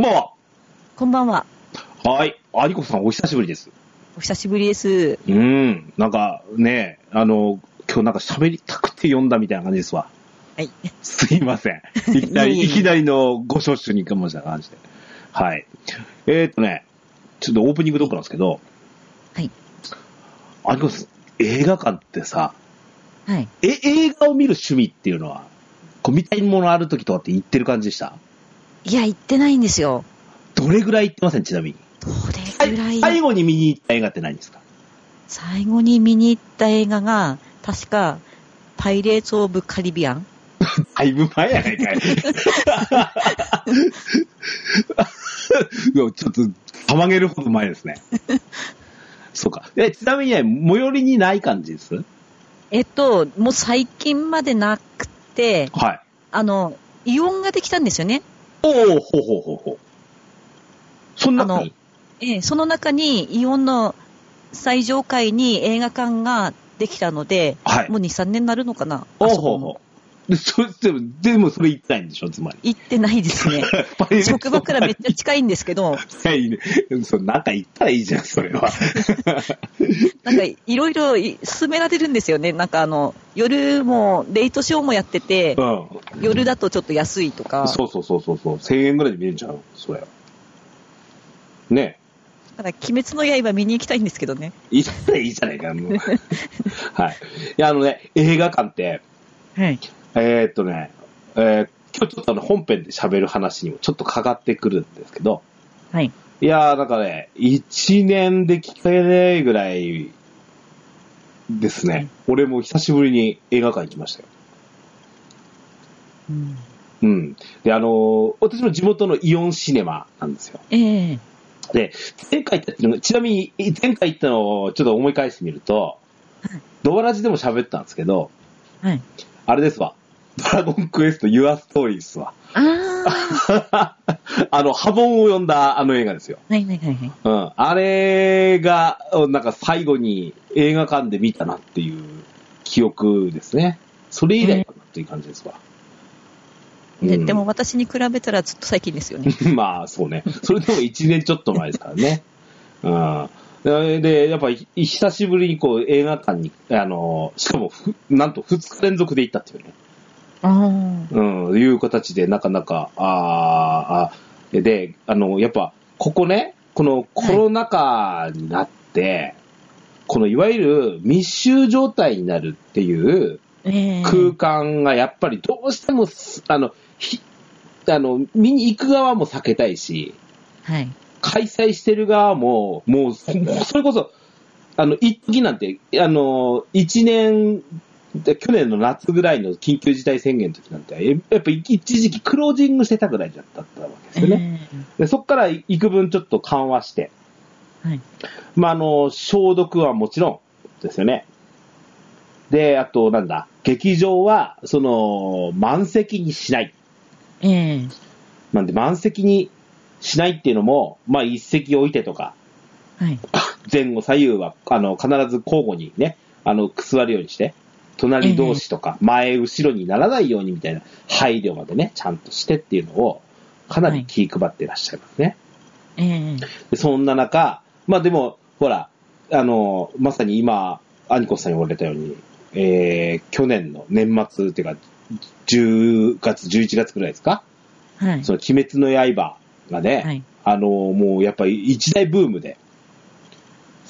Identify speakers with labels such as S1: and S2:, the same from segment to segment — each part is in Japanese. S1: ばんは。
S2: こんばんは。
S1: はい。有子さん、お久しぶりです。
S2: お久しぶりです。
S1: うん。なんか、ね、あの、今日なんか喋りたくて読んだみたいな感じですわ。
S2: はい。
S1: すいませ ん。いきな
S2: いえい
S1: り、
S2: え
S1: いきなりのご招集にかもした感じで。はい。えーっとね、ちょっとオープニングトークなんですけど、
S2: はい。
S1: 有子さん、映画館ってさ、
S2: はい。
S1: え、映画を見る趣味っていうのは、こう見たいものある時とかって言ってる感じでした
S2: いや、行ってないんですよ。
S1: どれぐらい言ってませんちなみに。
S2: どれぐら
S1: 最
S2: い、
S1: 最後に見に行った映画って何ですか
S2: 最後に見に行った映画が、確か、パイレーツ・オブ・カリビアン。
S1: だいぶ前やないかい。いやちょっと、たまげるほど前ですね。そうか。え、ちなみにね、最寄りにない感じです
S2: えっと、もう最近までなくて、
S1: はい。
S2: あの、イオンができたんですよね。
S1: おおほうほうほうほう。そんな
S2: あのええ、その中にイオンの最上階に映画館ができたので、
S1: はい
S2: もう2、3年になるのかな。
S1: お
S2: あ
S1: お
S2: そこ
S1: ほうほう。で、そ、でも、でもそれ言ってないんでしょ、つまり。
S2: 行ってないです ね。職場からめっちゃ近いんですけど、
S1: いいね。 そう、なんか言ったらいいじゃん、それは。
S2: なんかいろいろい勧められるんですよね。なんかあの、夜も、レイトショーもやってて、
S1: うん。
S2: 夜だとちょっと安いとか、
S1: そうそうそうそうそう。1000円ぐらいで見れちゃうそれ。ね
S2: だから鬼滅の刃見に行きたいんですけどね。
S1: え。いいじゃない、いいじゃないか。もう はい。いや、あのね、映画館って、
S2: はい。
S1: えーっとね、えー今日ちょっとあの本編で喋る話にもちょっとかかってくるんですけど、
S2: はい。
S1: いやー、なんかね、1年で聞かれないぐらいですね。俺も久しぶりに映画館行きましたよ。
S2: うん、
S1: うん。で、あのー私の地元のイオンシネマなんですよ。
S2: ええ
S1: で、前回行ったっていうのが、ちなみに前回行ったのをちょっと思い返してみると、ドアラジでも喋ったんですけど、
S2: はい。
S1: あれですわ。ドラゴンクエスト Your Story ですわ。
S2: あ あ。
S1: あの、波紋を読んだあの映画ですよ。
S2: はいはいはいはい。
S1: うん。あれが、なんか最後に映画館で見たなっていう記憶ですね。それ以来かなっていう感じですわ。
S2: で
S1: うん
S2: でも私に比べたらずっと最近ですよね。
S1: まあ、そうね。それでも1年ちょっと前ですからね。うん。でで、やっぱり、い久しぶりにこう、映画館に、あの、しかもふ、なんと2日連続で行ったっていうね。
S2: ああ。
S1: うん、いう形で、なかなか、あーあ、で、あの、やっぱ、ここね、このコロナ禍になって、このいわゆる密集状態になるっていう
S2: ええ
S1: 空間がやっぱりどうしてもす、あの、ひ、あの、見に行く側も避けたいし、
S2: はい。
S1: 開催してる側も、もう、そそれこそ、あの、一時なんて、あの、一年、で去年の夏ぐらいの緊急事態宣言の時なんて、えやっぱ一時期クロージングしてたぐらいだったわけですよね。でそこから幾分ちょっと緩和して、
S2: ええはい。
S1: まあ、あの、消毒はもちろんですよね。で、あと、なんだ、劇場は、その、満席にしない。
S2: ええ
S1: なんで、満席にしないっていうのも、まあ、一席置いてとか、
S2: はい。
S1: 前後左右は、あの、必ず交互にね、あの、くすわるようにして、隣同士とか、前後ろにならないようにみたいな配慮までね、ちゃんとしてっていうのを、かなり気配ってらっしゃいますね。
S2: ええ
S1: でそんな中、まあでも、ほら、あの、まさに今、アニコさんに言われたように、えー、去年の年末っていうか、10月、11月くらいですか、
S2: はい。
S1: その鬼滅の刃がね、
S2: はい。
S1: あの、もうやっぱり一大ブームで、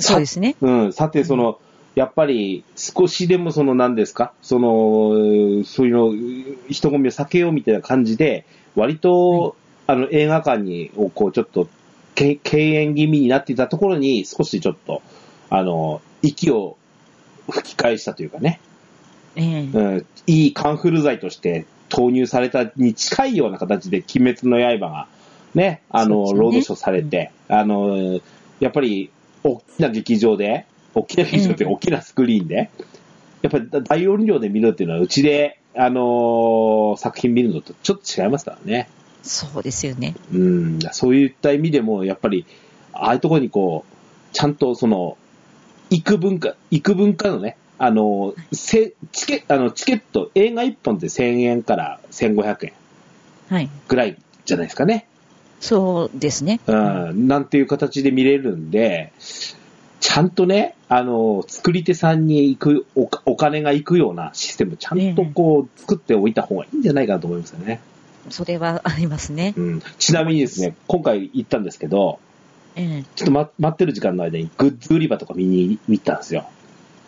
S2: そうですね。
S1: うん、さて、その、やっぱり少しでもその何ですか、その、そういうの、人混みを避けようみたいな感じで、割と、あの、映画館に、をこう、ちょっと、け敬遠気味になっていたところに、少しちょっと、あの、息を吹き返したというかね、
S2: ええ
S1: うん、いいカンフル剤として投入されたに近いような形で、鬼滅の刃が、ね、あの、
S2: そうですね
S1: ロードショーされて、あの、やっぱり、大きな劇場で、大きな劇場って
S2: うん
S1: 大きなスクリーンで、やっぱり大容量で見るっていうのは、うちで、あの作品見るのとちょっと違いますからね。
S2: そうですよね。
S1: うん、そういった意味でも、やっぱり、ああいうところにこう、ちゃんとその、幾分か、幾分かのね、あの、せチケあのチケット、映画1本で1000円から1500円
S2: はい。
S1: ぐらいじゃないですかね。
S2: そうですね。
S1: うん、なんていう形で見れるんで、ちゃんとね、あの、作り手さんに行くお、お金が行くようなシステム、ちゃんとこう、作っておいた方がいいんじゃないかなと思いますよね。
S2: それはありますね。
S1: うん。ちなみにですね、今回行ったんですけど、
S2: ええ。
S1: ちょっと、ま、待ってる時間の間にグッズ売り場とか見に行ったんですよ。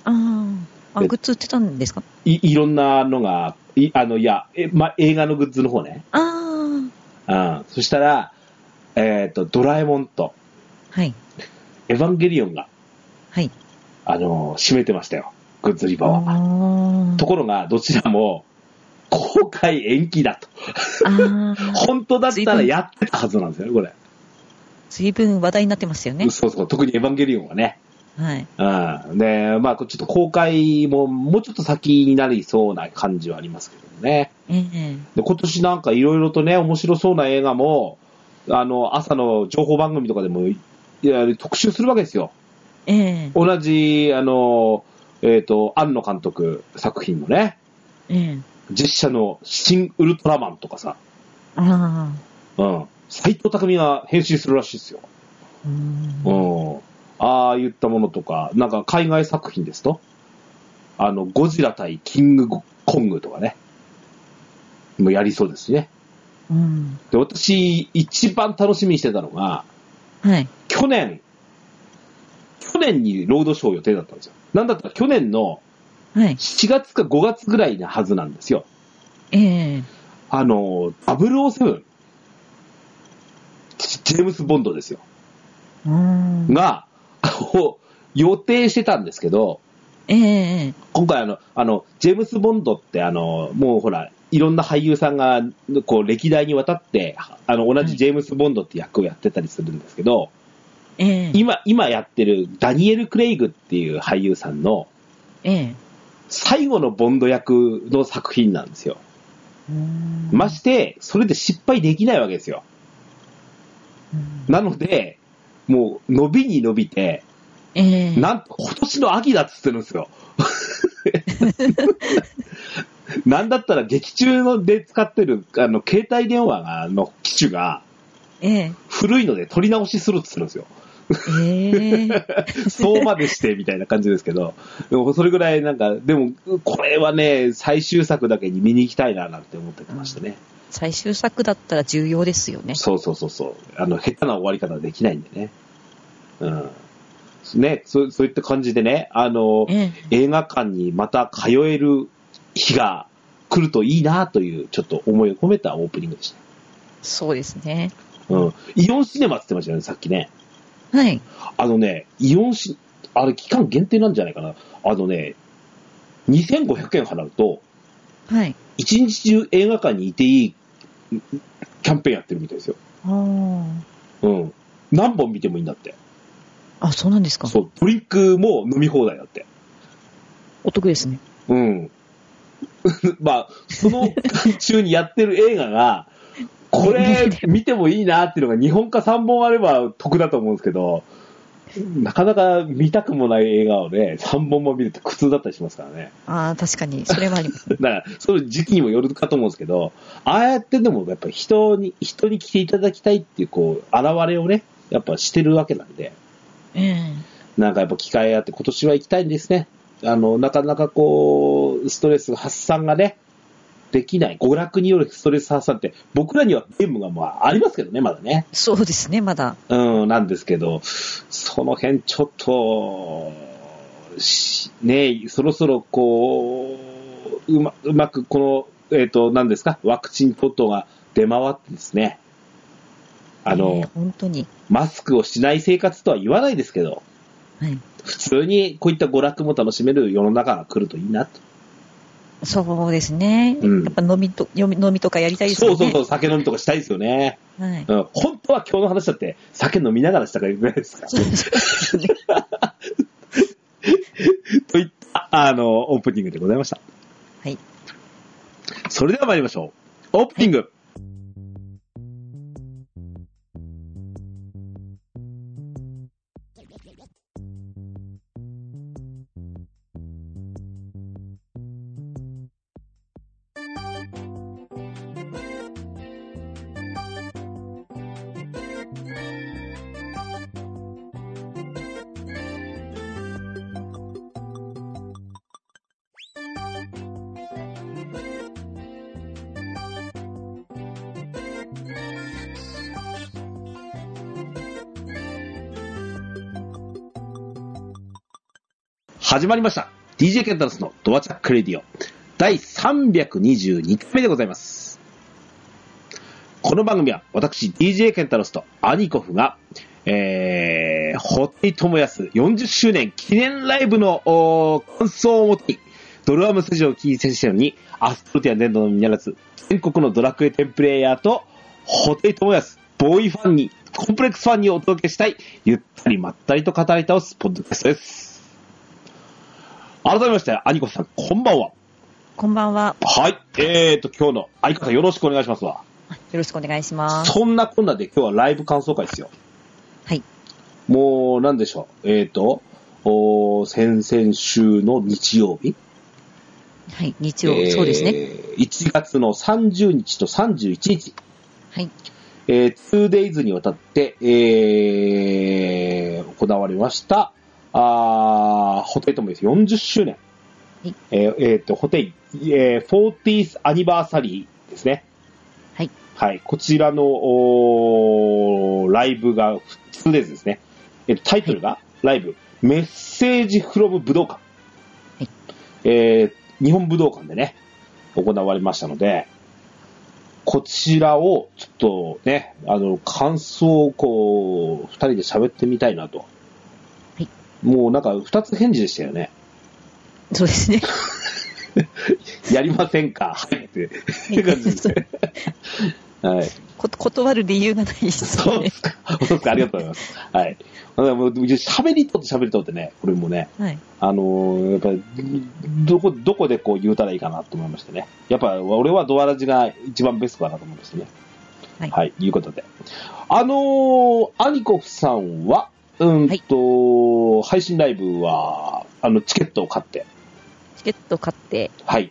S2: ああ。あ、
S1: で
S2: グッズ売ってたんですか
S1: い、いろんなのが、い、あの、いや、え、ま、映画のグッズの方ね。
S2: ああ。
S1: うん。そしたら、えっ、と、ドラえもんと、
S2: はい。
S1: エヴァンゲリオンが、
S2: はい。
S1: あの、占めてましたよ。グッズ売り場は。
S2: あ
S1: ところが、どちらも、公開延期だと。
S2: あ。ああ。
S1: 本当だったらやってたはずなんですよね、これ。
S2: 随分話題になってますよね。
S1: そうそう、特にエヴァンゲリオンはね。
S2: はい。
S1: うん。で、まあ、ちょっと公開も、もうちょっと先になりそうな感じはありますけどね。
S2: ええ。
S1: で、今年なんかいろいろとね、面白そうな映画も、あの、朝の情報番組とかでも、いや特集するわけですよ。
S2: ええ。
S1: 同じ、あの、えっ、と、庵野監督作品のね、
S2: ええ。
S1: 実写の新ウルトラマンとかさ、
S2: ああ。
S1: うん。斎藤匠が編集するらしいですよ。
S2: うーん
S1: うん。ああ言ったものとか、なんか海外作品ですと、あの、ゴジラ対キングコングとかね、もうやりそうですしね。
S2: うん。
S1: で、私、一番楽しみにしてたのが、
S2: はい。
S1: 去年、去年にロードショー予定だったんですよ。なんだったら去年の
S2: はい。
S1: 7月か5月ぐらいなはずなんですよ。
S2: ええ。
S1: あの、007、ジジェームス・ボンドですよ。
S2: うーん。
S1: が、を予定してたんですけど、
S2: ええ。
S1: 今回あの、あの、ジェームス・ボンドってあの、もうほら、いろんな俳優さんが、こう、歴代にわたって、あの、同
S2: は
S1: じ
S2: い
S1: ジェームス・ボンドって役をやってたりするんですけど、
S2: ええ。
S1: 今、今やってるダニエル・クレイグっていう俳優さんの
S2: ええ。
S1: 最後のボンド役の作品なんですよ。
S2: うーん
S1: まして、それで失敗できないわけですよ。
S2: うん
S1: なので、もう、伸びに伸びて、
S2: ええ。
S1: なんと今年の秋だっつってるんですよ。 なんだったら劇中ので使ってるあの携帯電話がの機種が
S2: ええ。
S1: 古いので取り直しするっつってるんですよ。
S2: ええ。
S1: そうまでしてみたいな感じですけど、でもそれぐらいなんか、でもこれはね、最終作だけに見に行きたいななんて思ってましたね。
S2: 最終作だったら重要ですよね。
S1: そうそうそうそう。あの、下手な終わり方はできないんでね。うん。ね、そうそういった感じでね、あの、
S2: え
S1: 映画館にまた通える日が来るといいなという、ちょっと思いを込めたオープニングでした。
S2: そうですね。
S1: うん。イオンシネマって言ってましたよね、さっきね。
S2: はい。
S1: あのね、イオンシ、あれ期間限定なんじゃないかな。あのね、2500円払うと、
S2: はい。
S1: 一日中映画館にいていいんキャンペーンやってるみたいですよ。
S2: あ
S1: うん。何本見てもいいんだって。
S2: あ。あ、そうなんですか。
S1: そう、ドリンクも飲み放題だって。
S2: お得ですね。
S1: うん。 まあ、その間中にやってる映画が、これ 見てもいいなっていうのが2本か3本あれば得だと思うんですけど、なかなか見たくもない映画をね、3本も見るって苦痛だったりしますからね。
S2: ああ、確かに。それはあります。
S1: だから、その時期にもよるかと思うんですけど、ああやってでもやっぱ人に、人に来ていただきたいっていう、こう、現れをね、やっぱしてるわけなんで、
S2: ええ。
S1: なんかやっぱ機会あって今年は行きたいんですね。あの、なかなかこう、ストレス発散がね、できない。娯楽によるストレス発散って、僕らにはゲームがまあありますけどね、まだね。
S2: そうですね、まだ。
S1: うん、なんですけど、その辺ちょっと、しねそろそろこう、うま、うまくこの、えっ、と、何ですか、ワクチン等々が出回ってですね、あ
S2: え
S1: の
S2: え、本当に。
S1: マスクをしない生活とは言わないですけど、
S2: はい。
S1: 普通にこういった娯楽も楽しめる世の中が来るといいなと。
S2: そうですね。
S1: うん
S2: やっぱ飲みと、飲み飲みとかやりたいです
S1: そ
S2: よ
S1: う
S2: ね。
S1: そうそう、酒飲みとかしたいですよね。
S2: う。はい。
S1: うん。本当は今日の話だって、酒飲みながらしたからいい じゃないですか。
S2: そうですね。
S1: といった、あの、オープニングでございました。
S2: はい。
S1: それでは参りましょう。オープニング、始まりました DJ ケンタロスのドアチャックレディオ第322回目でございますこの番組は私 DJ ケンタロスとアニコフがえー、ホテイトモヤス40周年記念ライブのおー感想をもとにドルアムスタジオをキーセッションにアストルティア伝道のみならず全国のドラクエ10プレイヤーとホテイトモヤスボーイファンにコンプレックスファンにお届けしたいゆったりまったりと語り倒すポッドキャストです改めましてアニコさんこんばんは
S2: こんばんは。
S1: はいえーと今日のアニコさんよろしくお願いしますわ
S2: よろしくお願いします。
S1: そんなこんなで今日はライブ感想会ですよ
S2: はい。
S1: もう、なんでしょう。えっ、と、おー先々週の日曜日。
S2: はい。日曜、そうですね。
S1: えー1月の30日と31日、
S2: はい。
S1: えー、2days にわたって、えー行われました、あーホテイトもです40周年。
S2: はい
S1: えーえーと、ホテイ、えー、40th アニバーサリーですね。
S2: はい。
S1: はい。こちらの、おーライブが 2days ですね。えータイトルが、ライブ、メッセージフロム武道館。
S2: はい
S1: えー日本武道館でね、行われましたので、こちらを、ちょっとね、あの、感想をこう、二人で喋ってみたいなと。
S2: はい
S1: もうなんか、二つ返事でしたよね。
S2: そうで すね。
S1: やりませんかはいって。って感じですね。はい。
S2: こ断る理由がないです
S1: そう
S2: よ
S1: で
S2: ね。
S1: すか。 そうですか。ありがとうございます。はい。だからもう喋りとって喋りとってね、これもね、
S2: はい。
S1: あのーやっぱり、どこ、どこでこう言うたらいいかなと思いましてね。やっぱ、俺はドアラジが一番ベストだなと思いましてね。
S2: はい
S1: はい、いうことで。あのーアニコフさんは、うんと、配信ライブは、あの、チケットを買って、
S2: チケット買って、
S1: はい。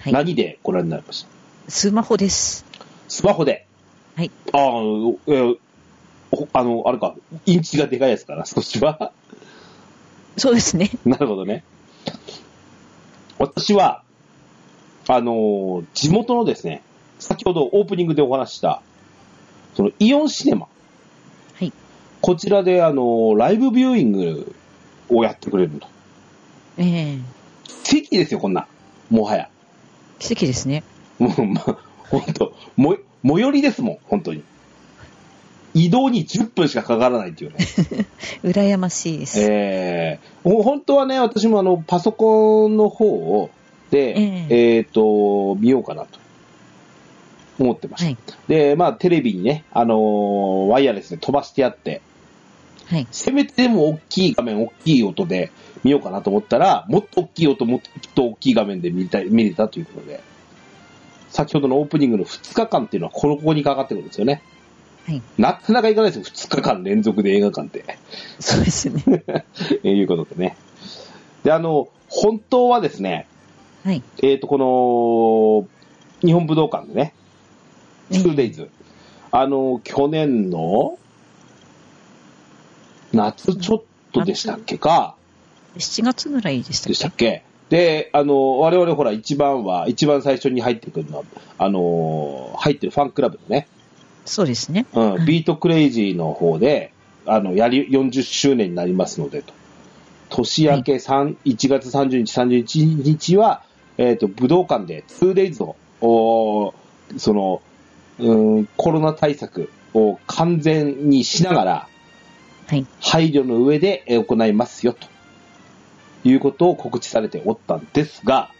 S2: はい。
S1: 何でご覧になりました
S2: スマホです。
S1: スマホで。
S2: はい。
S1: ああ、えーほあの、あれか、インチがでかいですから、少しは。
S2: そうですね。
S1: なるほどね。私は、あのー地元のですね、先ほどオープニングでお話しした、そのイオンシネマ。
S2: はい。
S1: こちらで、あのーライブビューイングをやってくれると。
S2: ええ
S1: 奇跡ですよ、こんなん。もはや。
S2: 奇跡ですね。
S1: もう、ま、ほんと、も、最寄りですもん、本当に。移動に10分しかかからないっていうね。
S2: 羨ましいです。
S1: ええほ本当はね、私もあの、パソコンの方を、で、
S2: え
S1: えっ、と、見ようかなと、思ってました。
S2: はい。
S1: で、まあ、テレビにね、あのーワイヤレスで飛ばしてやって、
S2: はい。
S1: せめても大きい画面、大きい音で見ようかなと思ったら、もっと大きい音、もっと大きい画面で見た見れたということで、先ほどのオープニングの2日間っていうのは、ここにかかってくるんですよね。
S2: はい。
S1: なかなかいかないですよ、2日間連続で映画館って。
S2: そうですね。
S1: えー いうことでね。で、あの、本当はですね、
S2: はい。
S1: えっ、と、この、日本武道館でね、
S2: ええ
S1: 2days。あの、去年の、夏ちょっとでしたっけか、
S2: 7月ぐらいでした
S1: で
S2: っ
S1: したっ
S2: け
S1: けで、あの、我々ほら、一番は、一番最初に入ってくるのは、あの、入ってるファンクラブのね、
S2: そうですね。
S1: うん、ビートクレイジーの方で、あの、やり、40周年になりますので、と。年明け3、1月30日、31日は、えっ、と、武道館で 2days を、おーその、うん、コロナ対策を完全にしながら、
S2: はい。
S1: 配慮の上でえー行いますよ、ということを告知されておったんですが、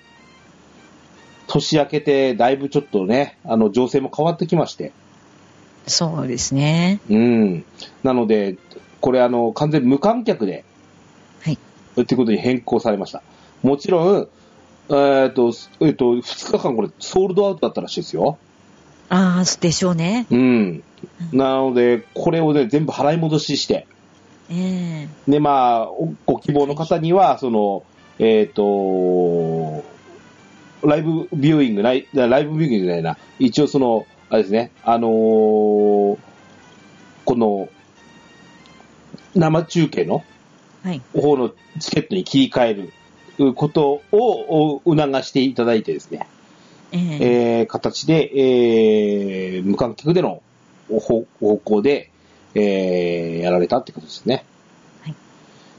S1: 年明けてだいぶちょっとね、あの、情勢も変わってきまして、
S2: そうですね。
S1: うん。なので、これあの、完全無観客で、
S2: はい。
S1: ってことに変更されました。もちろん、えーっ、と、えーっ、と、2日間これ、ソールドアウトだったらしいですよ。
S2: ああ、でしょうね。
S1: うん。なので、これをね、全部払い戻しして、
S2: ええ
S1: で、まあ、おご希望の方には、その、えーっ、と、ライブビューイングない、ライブビューイングじゃないな、一応その、あれですね、あのーこの、生中継の
S2: はい。
S1: 方のチケットに切り替えることをお促していただいてですね、
S2: ええ
S1: えー形で、えー無観客での方方向で、えーやられたってことですね。
S2: はい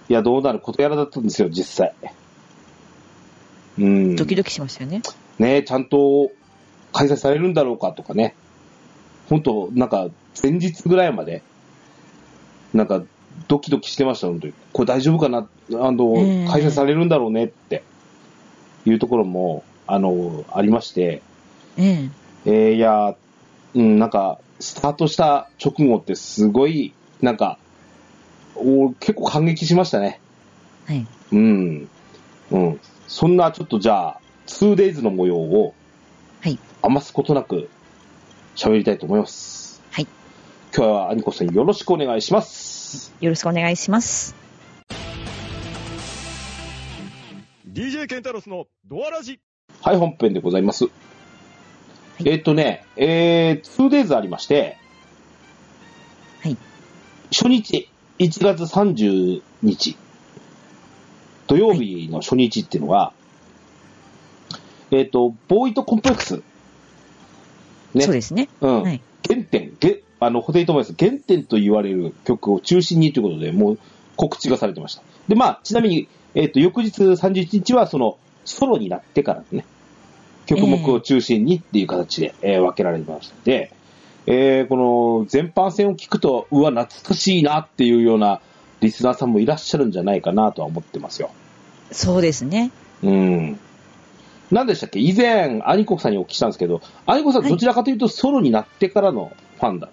S1: いや、どうなることやらだったんですよ、実際。うん。
S2: ドキドキしましたよね。
S1: ね、ちゃんと開催されるんだろうかとかね。本当なんか、前日ぐらいまで、なんか、ドキドキしてました、本当に。これ大丈夫かなあの、
S2: ええ
S1: 開催されるんだろうねって、いうところも、あの、ありまして、
S2: え
S1: えーいや、うん、なんか、スタートした直後ってすごい、なんか、お結構感激しましたね。
S2: え。はい。
S1: うん。うん。そんな、ちょっとじゃあ、2days の模様を、
S2: はい。
S1: 余すことなく、喋りたいと思います。
S2: はい。
S1: 今日は、アニコさんよろしくお願いします。
S2: よろしくお願いします。
S3: DJ ケンタロスのドアラジ
S1: はい、本編でございます。えっとね、えー、2days ありまして、
S2: はい。
S1: 初日、1月30日、土曜日の初日っていうのは、えっ、と、ボーイとコンプレックス。ね
S2: そうですね。
S1: うん。
S2: はい。
S1: 原点、げあの、ホテイトモヤス、原点と言われる曲を中心にということで、もう告知がされてました。で、まあ、ちなみに、えっ、と、翌日31日は、その、ソロになってからのね、曲目を中心にっていう形で、えー分けられてましたので、えーこの、全般戦を聞くと、うわ、懐かしいなっていうようなリスナーさんもいらっしゃるんじゃないかなとは思ってますよ。
S2: そうですね。
S1: うん。何でしたっけ以前、アニコさんにお聞きしたんですけど、アニコさん
S2: はい
S1: どちらかというとソロになってからのファンだ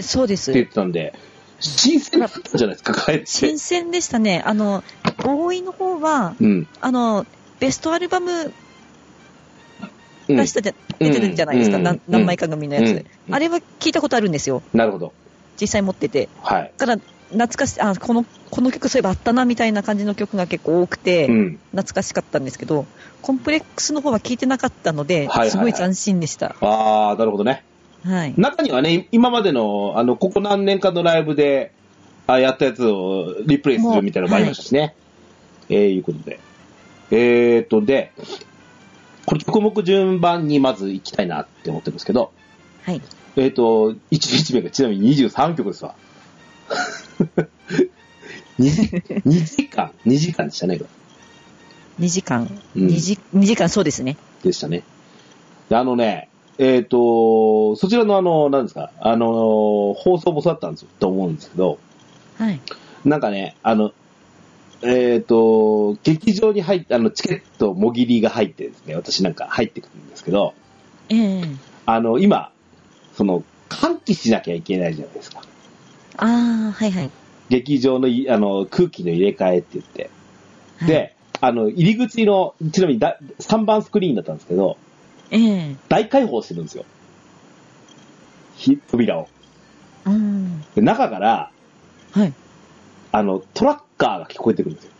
S2: そうで
S1: って言っ
S2: す。
S1: てたんで、新鮮だったんじゃないですか、帰って
S2: 新。鮮でしたね。あの、ボーイの方は、
S1: うん。
S2: あの、ベストアルバム
S1: うん
S2: 出したじゃ、出てるじゃないですか。
S1: うん
S2: なん何枚か組のやつ、
S1: うん
S2: あれは聞いたことあるんですよ。
S1: なるほど。
S2: 実際持ってて。
S1: はい。
S2: だから、懐かし、あ、この、この曲そういえばあったな、みたいな感じの曲が結構多くて、
S1: うん。
S2: 懐かしかったんですけど、コンプレックスの方は聞いてなかったので、
S1: はいはいはい
S2: すごい斬新でした。
S1: ああ、なるほどね。
S2: はい。
S1: 中にはね、今までの、あの、ここ何年かのライブで、あやったやつをリプレイするみたいなのもありましたしね。えー、いうことで。えーっと、で、これ、曲目順番にまず行きたいなって思ってるんですけど、
S2: はい。
S1: えっ、と、1日目がちなみに23曲ですわ。2, 時間、2時間でしたね、これ
S2: 2時間、
S1: うん
S2: 2時、2時間そうですね。
S1: でしたね。であのね、えっ、と、そちらのあの、なんですか、あの、放送もそうだったんですよ、と思うんですけど、
S2: はい。
S1: なんかね、あの、えっ、と、劇場に入って、あの、チケットもぎりが入ってですね、私なんか入ってくるんですけど、
S2: ええ
S1: あの、今、その、歓喜しなきゃいけないじゃないですか。
S2: ああ、はいはい。
S1: 劇場のいあの空気の入れ替えって言って、
S2: はい、
S1: で、あの入り口の、ちなみにだ3番スクリーンだったんですけど、
S2: ええ
S1: 大開放してるんですよ、ひ扉を。
S2: うん。
S1: で中から
S2: はい。
S1: あのトラッカーが聞こえてくるんですよ。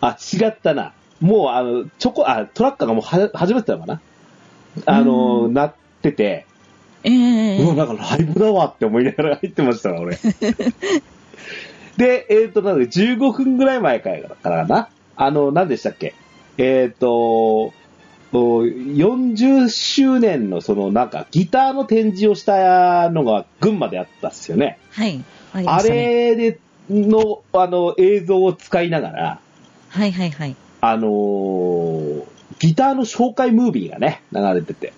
S1: あ、違ったな、もうあのチョコあトラッカーがもうは始まってたのかな、あの
S2: う
S1: なってて、
S2: ええ
S1: うわ、なんかライブだわって思いながら入ってましたわ、 俺。で、えっ、と、なんで、15分ぐらい前からかな。あの、何でしたっけえっ、と、お40周年のそのなんかギターの展示をしたのが群馬であったっすよね。
S2: はい。ありま
S1: あ
S2: したね。
S1: れでのあの映像を使いながら、
S2: はいはいはい。
S1: あのーギターの紹介ムービーがね、流れてて。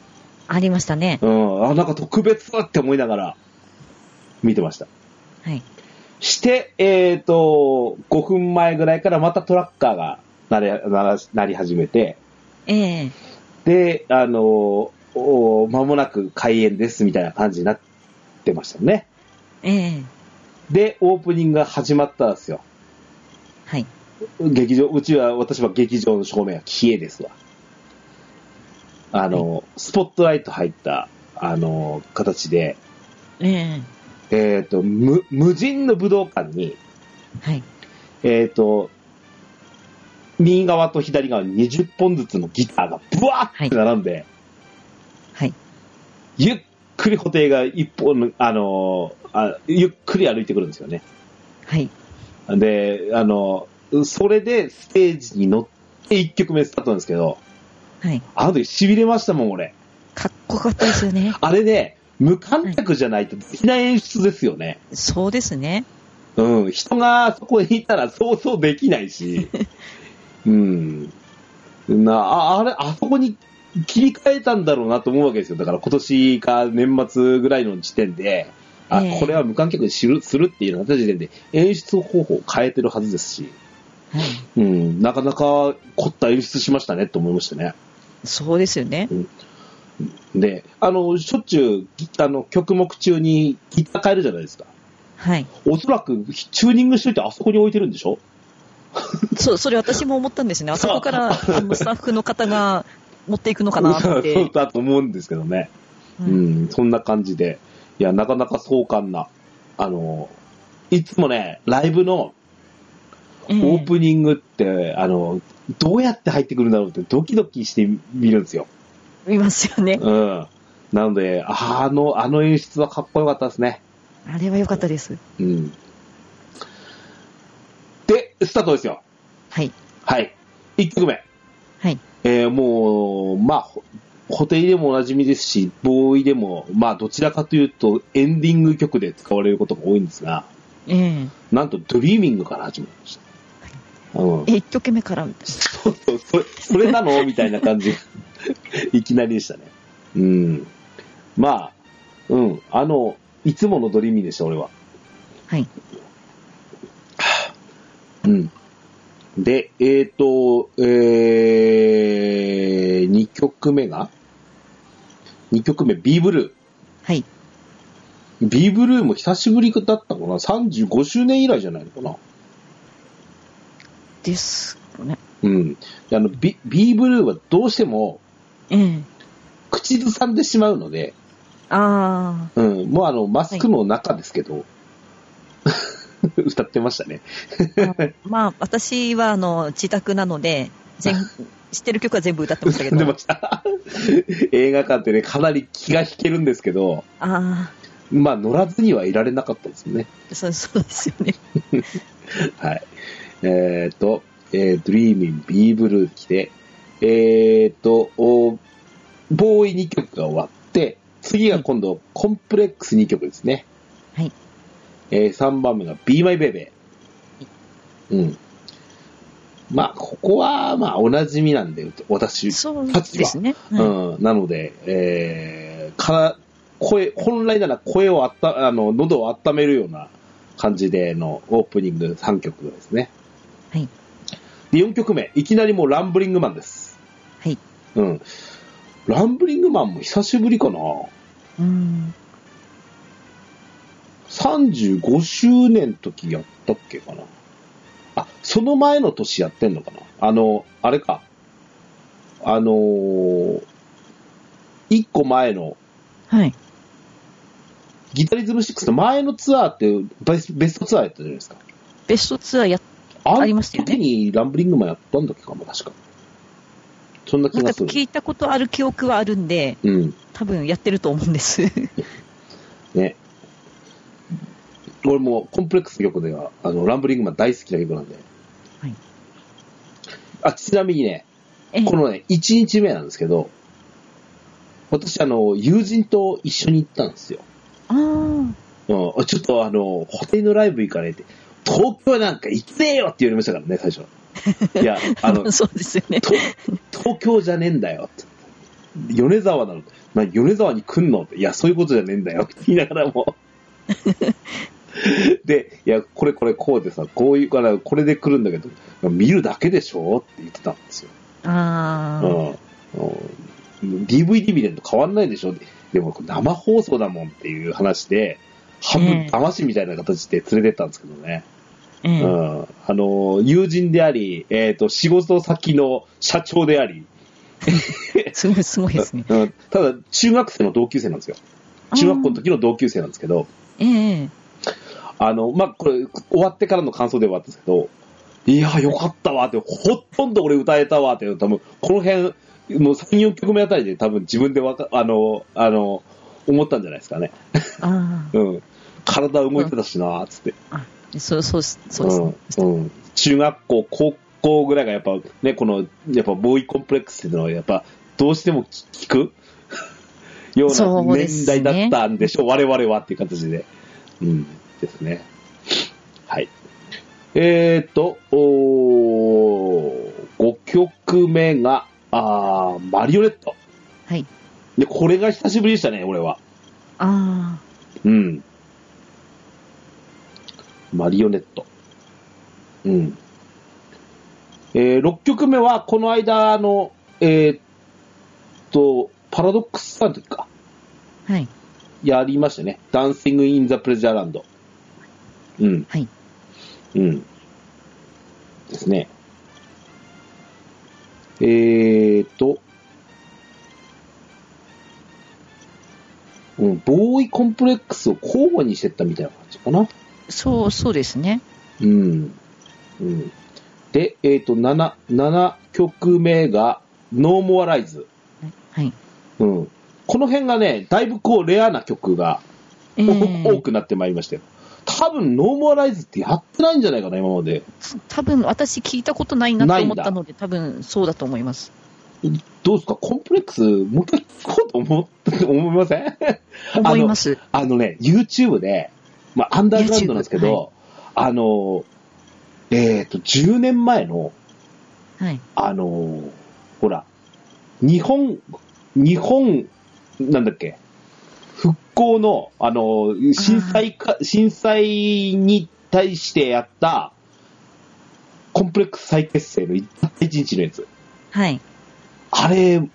S2: ありましたね。
S1: うん、あ、なんか特別だって思いながら見てました。
S2: はい。
S1: して、えっ、と、5分前ぐらいからまたトラッカーがなりならなり始めて、
S2: ええ
S1: で、あの、お間もなく開演ですみたいな感じになってましたね。
S2: ええ
S1: で、オープニングが始まったんですよ。
S2: はい。
S1: 劇場、うちは、私は劇場の照明が消えですわ。あの、スポットライト入った、あの、形で、
S2: ええ
S1: えっ、と、無、無人の武道館に、
S2: はい。
S1: えっ、と、右側と左側に20本ずつのギターがブワーって並んで、
S2: はい。
S1: ゆっくり布袋が一本の、あのーあ、ゆっくり歩いてくるんですよね。
S2: はい。
S1: で、あのーそれでステージに乗って1曲目スタートなんですけど、
S2: はい。
S1: あの時痺れましたもん、俺。。
S2: かっこよかったですよね
S1: あれね、無観客じゃないとできない演出ですよね。
S2: そうですね。
S1: うん、人がそこにいたらそうそうできない し、うん。なあ、あれ、あそこに切り替えたんだろうなと思うわけですよ。だから今年か年末ぐらいの時点で、あ、
S2: ええ
S1: これは無観客にするするっていうのがあった時点で演出方法を変えてるはずですし、
S2: は
S1: う
S2: い
S1: ん、なかなか凝った演出しましたねと思いましたね。
S2: そうですよね。
S1: で、あの、しょっちゅうギ、あの、曲目中にギター変えるじゃないですか。
S2: はい。
S1: おそらく、チューニングしといてあそこに置いてるんでしょ
S2: そう、それ私も思ったんですね。あそこから、あの、スタッフの方が持っていくのかなっ て。
S1: そうだと思うんですけどね。
S2: うん
S1: うん、そんな感じで。いや、なかなか壮観な。あの、いつもね、ライブのオ
S2: ええ
S1: ープニングって、あの、どうやって入ってくるんだろうってドキドキしてみるんですよ。
S2: いますよね。
S1: うん。なので、ああの、あの演出はかっこよかったですね。
S2: あれは良かったです。
S1: うん。で、スタートですよ。
S2: はい。
S1: はい。1曲目。
S2: はい。
S1: えーもう、まあ、ほホテイでもおなじみですし、ボーイでも、まあ、どちらかというと、エンディング曲で使われることが多いんですが、
S2: ええ
S1: なんと、ドリーミングから始まりました。うん。
S2: え、1曲目からみたい
S1: そうそう、それ、それなのみたいな感じがいきなりでしたね。うん。まあ、うん、あの、いつものドリーミーでした、俺は。
S2: な。はい。
S1: うん。で、えっ、と、えー、2曲目が ?2 曲目、ビーブル
S2: はい。
S1: ー。ビーブルーも久しぶりだったかな ?35 周年以来じゃないのかな
S2: ですね。
S1: うん。であの、ビビーブルーはどうしても
S2: ええ
S1: 口ずさんでしまうので、
S2: あ
S1: うん、もうあの、マスクの中ですけど、歌ってましたね。
S2: ーまあ、私は、あの、自宅なので、 全、知ってる曲は全部歌ってましたけ
S1: 歌って
S2: ど。
S1: ました。 映画館ってね、かなり気が引けるんですけど、
S2: あ
S1: まあ、乗らずにはいられなかったですね。
S2: あ、そう、そうですよね。
S1: はい。えっ、と、えー、Dreaming, Be Blue 来て、えっ、と、おボーイ2曲が終わって、次が今度、コンプレックス2曲ですね。
S2: はい。
S1: えー、3番目が Be My Baby。うん。まあ、ここは、まあ、おなじみなんで、私、
S2: そうですね。はい
S1: うん。なので、えー、から、声、本来なら声をあった、あの、喉を温めるような感じでのオープニング3曲ですね。
S2: はい。
S1: で、4曲目、いきなりもうランブリングマンです。
S2: はい。
S1: うん。ランブリングマンも久しぶりかな
S2: うん。
S1: 35周年の時やったっけかなあ、その前の年やってんのかなあの、あれか。あのー、1個前の、
S2: はい。
S1: ギタリズム6の前のツアーってベスベストツアーやったじゃないですか。
S2: ベストツアーやっ
S1: あ
S2: ありましたよね
S1: の時にランブリングマンやったんだっけかも、確か。そんな
S2: な
S1: 気
S2: んか
S1: がする。
S2: 聞いたことある記憶はあるんで、
S1: うん。
S2: 多分やってると思うんです。
S1: ね。俺もコンプレックスの曲では、あの、ランブリングマン大好きな曲なんで。
S2: はい
S1: あ、ちなみにね、
S2: ええ
S1: このね、1日目なんですけど、私、あの、友人と一緒に行ったんですよ。
S2: あー、
S1: うん、ちょっとあの、ホテルのライブ行かねえって、東京なんか行きねえよって言われましたからね、最初。いや、あの
S2: そうですよね。
S1: と東京じゃねえんだよって。米沢なの。な米沢に来んのっていや、そういうことじゃねえんだよって言いながらも。で、いや、これこれこうでさ、こういうから、これで来るんだけど、見るだけでしょって言ってたんですよ。
S2: あ
S1: う
S2: あ、
S1: んうん。DVD 見てると変わんないでしょでも、生放送だもんっていう話で、半分
S2: ええ
S1: 騙しみたいな形で連れてったんですけどね。
S2: ええ
S1: うん。あの、友人であり、えっ、と、仕事先の社長であり、
S2: すごい、すごいですね。
S1: うん、ただ、中学生の同級生なんですよ。 中学校の時の同級生なんですけど、
S2: ええ
S1: あの、まあ、これ、終わってからの感想ではあったんですけど、いや、よかったわって、ほとんど俺歌えたわって、多分、この辺、もう3、4曲目あたりで多分自分でわか、あの、あの、思ったんじゃないですかね。
S2: あ
S1: うん。体動いてたしな、つって。
S2: あ、あ、そう、そう、そうですね。
S1: うんうん中学校、高校ぐらいがやっぱね、この、やっぱボーイコンプレックスっていうのはやっぱどうしても聞く よう
S2: そ
S1: な
S2: うです
S1: 年
S2: ね
S1: 代だったんでしょう、我々はっていう形で。うん、ですね。はい。えーっと、お5曲目が、あーマリオネット。
S2: はい。
S1: で、これが久しぶりでしたね、俺は。
S2: あ
S1: うん。マリオネット。うん。え6曲目は、この間、あの、えーっと、パラドックスさんというか、
S2: あ、はい。
S1: やりましたね。ダンシング・イン・ザ・プレジャーランド。うん。
S2: はい。
S1: うん。ですね。えーと、うん、ボーイコンプレックスを交互にしてったみたいな感じかな。
S2: そう、そうですね。
S1: うん。うん。で、えーと、7、7曲目が、ノーモアライズ。
S2: はい。
S1: うん。この辺がね、だいぶこう、レアな曲が
S2: えー
S1: 多くなってまいりましたよ。多分、ノーモアライズってやってないんじゃないかな、今まで。
S2: 多分私聞いたことないなと思っ
S1: な
S2: た
S1: いん
S2: ので、多分そうだと思います。
S1: どうですかコンプレックス、もう一回聞こうと思って、思いません の
S2: 思います。
S1: あのね、YouTube で、まあ、アンダーグラウンドなんですけど、あの、えっ、と、10年前の、
S2: はい。
S1: あの、ほら、日本、日本、なんだっけ、復興の、あの、震災か、震災に対してやった、コンプレックス再結成の一日のやつ。
S2: はい。
S1: あれ、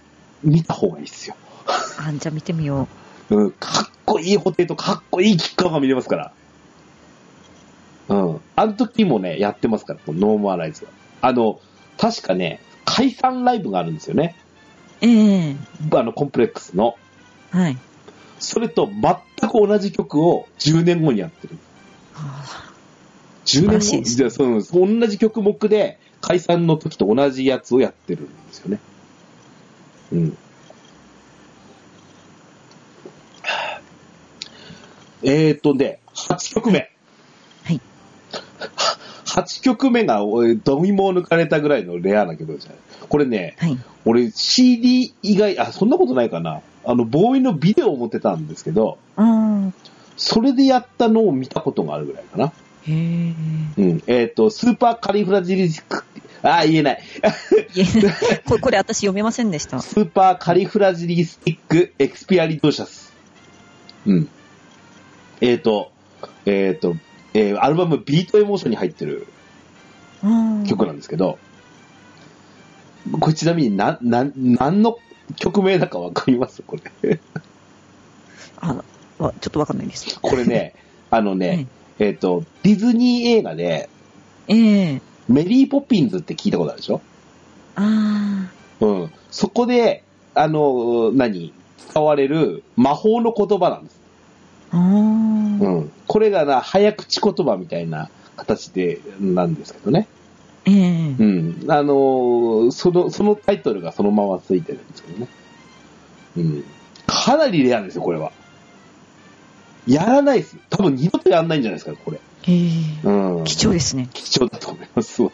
S1: 見た方がいいですよ。
S2: あ、じゃあ見てみよ
S1: うん、かっこいい布袋とかっこいいキッカーが見れますから。うん。あの時もね、やってますから、このノーマライズは。あの、確かね、解散ライブがあるんですよね。
S2: う。ええ
S1: あの、コンプレックスの。
S2: はい。
S1: それと全く同じ曲を10年後にやってる。
S2: あ
S1: 10
S2: ら
S1: 年
S2: しい
S1: 後
S2: です
S1: じゃあその同じ曲目で解散の時と同じやつをやってるんですよね。うん。えーとで、8曲目。
S2: はい。
S1: 8曲目が、おいドミモを抜かれたぐらいのレアな曲ですね。これね、
S2: はい。
S1: 俺 CD 以外、あ、そんなことないかな。あの、ボーイのビデオを持ってたんですけど、
S2: ああ。
S1: それでやったのを見たことがあるぐらいかな。
S2: へえ。
S1: うん。えっ、と、スーパーカリフラジリスク、あー、言えない。
S2: いえ これ、 これ私読めませんでした。
S1: スーパーカリフラジリスティックエクスピアリドーシャス。うん。えっ、と、えっ、と、えーアルバムビートエモーションに入ってる
S2: ああ。
S1: 曲なんですけど、これちなみにな、な、何の曲名だかわかりますこれ。
S2: あのわちょっとわかんないです。
S1: これね、あのね、えっ、と、ディズニー映画で、
S2: ええ
S1: メリーポピンズって聞いたことあるでしょ
S2: あ
S1: うん。そこで、あの、何使われる魔法の言葉なんです。
S2: あ。ああ。
S1: うん。これがな、早口言葉みたいな形で、なんですけどね。
S2: ええ
S1: うん。あの、その、そのタイトルがそのままついてるんですけどね。うん。かなりレアですよ、これは。やらないです。多分二度とやらないんじゃないですか、これ。
S2: ええ
S1: うん。
S2: 貴重ですね。
S1: 貴重だと思いますわ。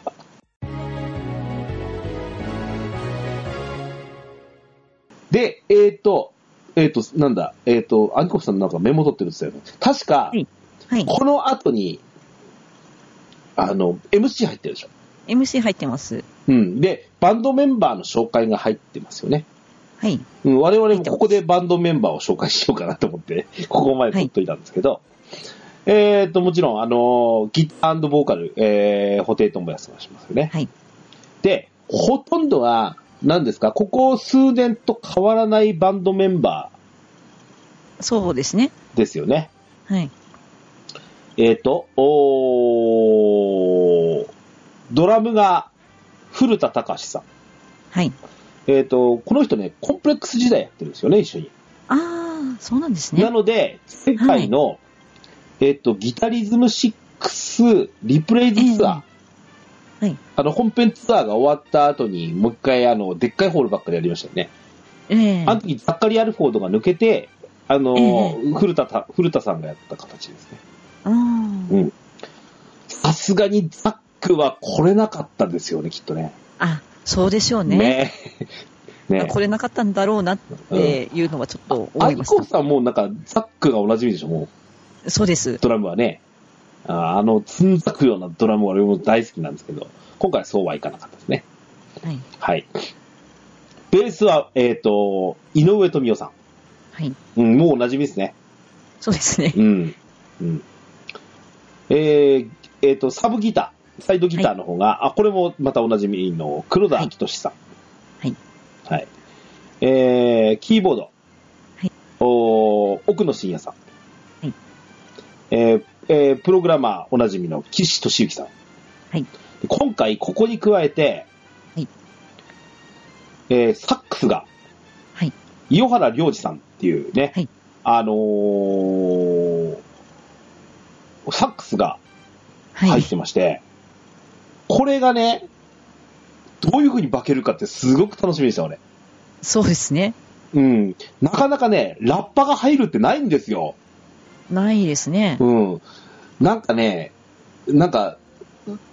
S1: で、えっ、と、えっ、と、なんだ、えっ、と、アンコフさんなんかメモ取ってるんですよね。確か、
S2: いはい。
S1: この後に、あの、MC 入ってるでしょ。
S2: MC 入ってます。
S1: うん。で、バンドメンバーの紹介が入ってますよね。
S2: はい。
S1: うん、我々もここでバンドメンバーを紹介しようかなと思って、 ここまで取っといたんですけど、えっと、もちろん、あの、ギターボーカル、えー、布袋寅泰がしますよね。
S2: はい。
S1: で、ほとんどが、何ですか、ここ数年と変わらないバンドメンバ
S2: そうですね。
S1: ーですよね。
S2: はい。
S1: えっ、と、おードラムが古田隆さん。
S2: はい。
S1: えっ、と、この人ね、コンプレックス時代やってるんですよね、一緒に。
S2: ああ、そうなんです
S1: な
S2: ね。
S1: ので、世界の、えっ、と、ギタリズム6リプレイズツアー、
S2: ええはい
S1: あの、本編ツアーが終わった後に、もう一回、あの、でっかいホールばっかりやりましたよね。
S2: ええ
S1: あの時、ザッカリ・アルフォードが抜けて、あの、
S2: え
S1: 古田た、古田さんがやった形ですね。
S2: あー
S1: うんさすがにザックは来れなかったですよね、きっとね。
S2: あ、そうでしょうね。
S1: ね ね
S2: これなかったんだろうなっていうのはちょっと
S1: ア
S2: 思い
S1: ン
S2: まし
S1: コフさんもうなんか、ザックがおなじみでしょ、も
S2: た。そうです
S1: う、。ドラムはね。あーあの、つんざくようなドラムは俺も大好きなんですけど、今回はそうはいかなかったですね。
S2: はい。
S1: はい。ベースは、えっ、と、井上富夫さ
S2: はい。
S1: ん。うん、もうお馴染みですね。
S2: そうですね。
S1: うん。うん。えー、えーと、サブギター、サイドギターの方が、あ、これもまたおなじみの黒田明俊さん。
S2: はい。
S1: はい。えー、キーボード。
S2: はい。
S1: おー奥野信也さん。
S2: はい。
S1: えーえープログラマーおなじみの岸俊之さん。
S2: はい。
S1: で今回、ここに加えて、
S2: はい。
S1: えーサックスが、
S2: はい。
S1: 伊予原良二さんっていうね、
S2: はい
S1: あのーサックスが
S2: は
S1: 入
S2: い
S1: っ。てまして、これがね、どういう風に化けるかってすごく楽しみでした、俺。
S2: そうですね。
S1: うん。なかなかね、ラッパが入るってないんですよ。
S2: ないですね。
S1: うん。なんかね、なんか、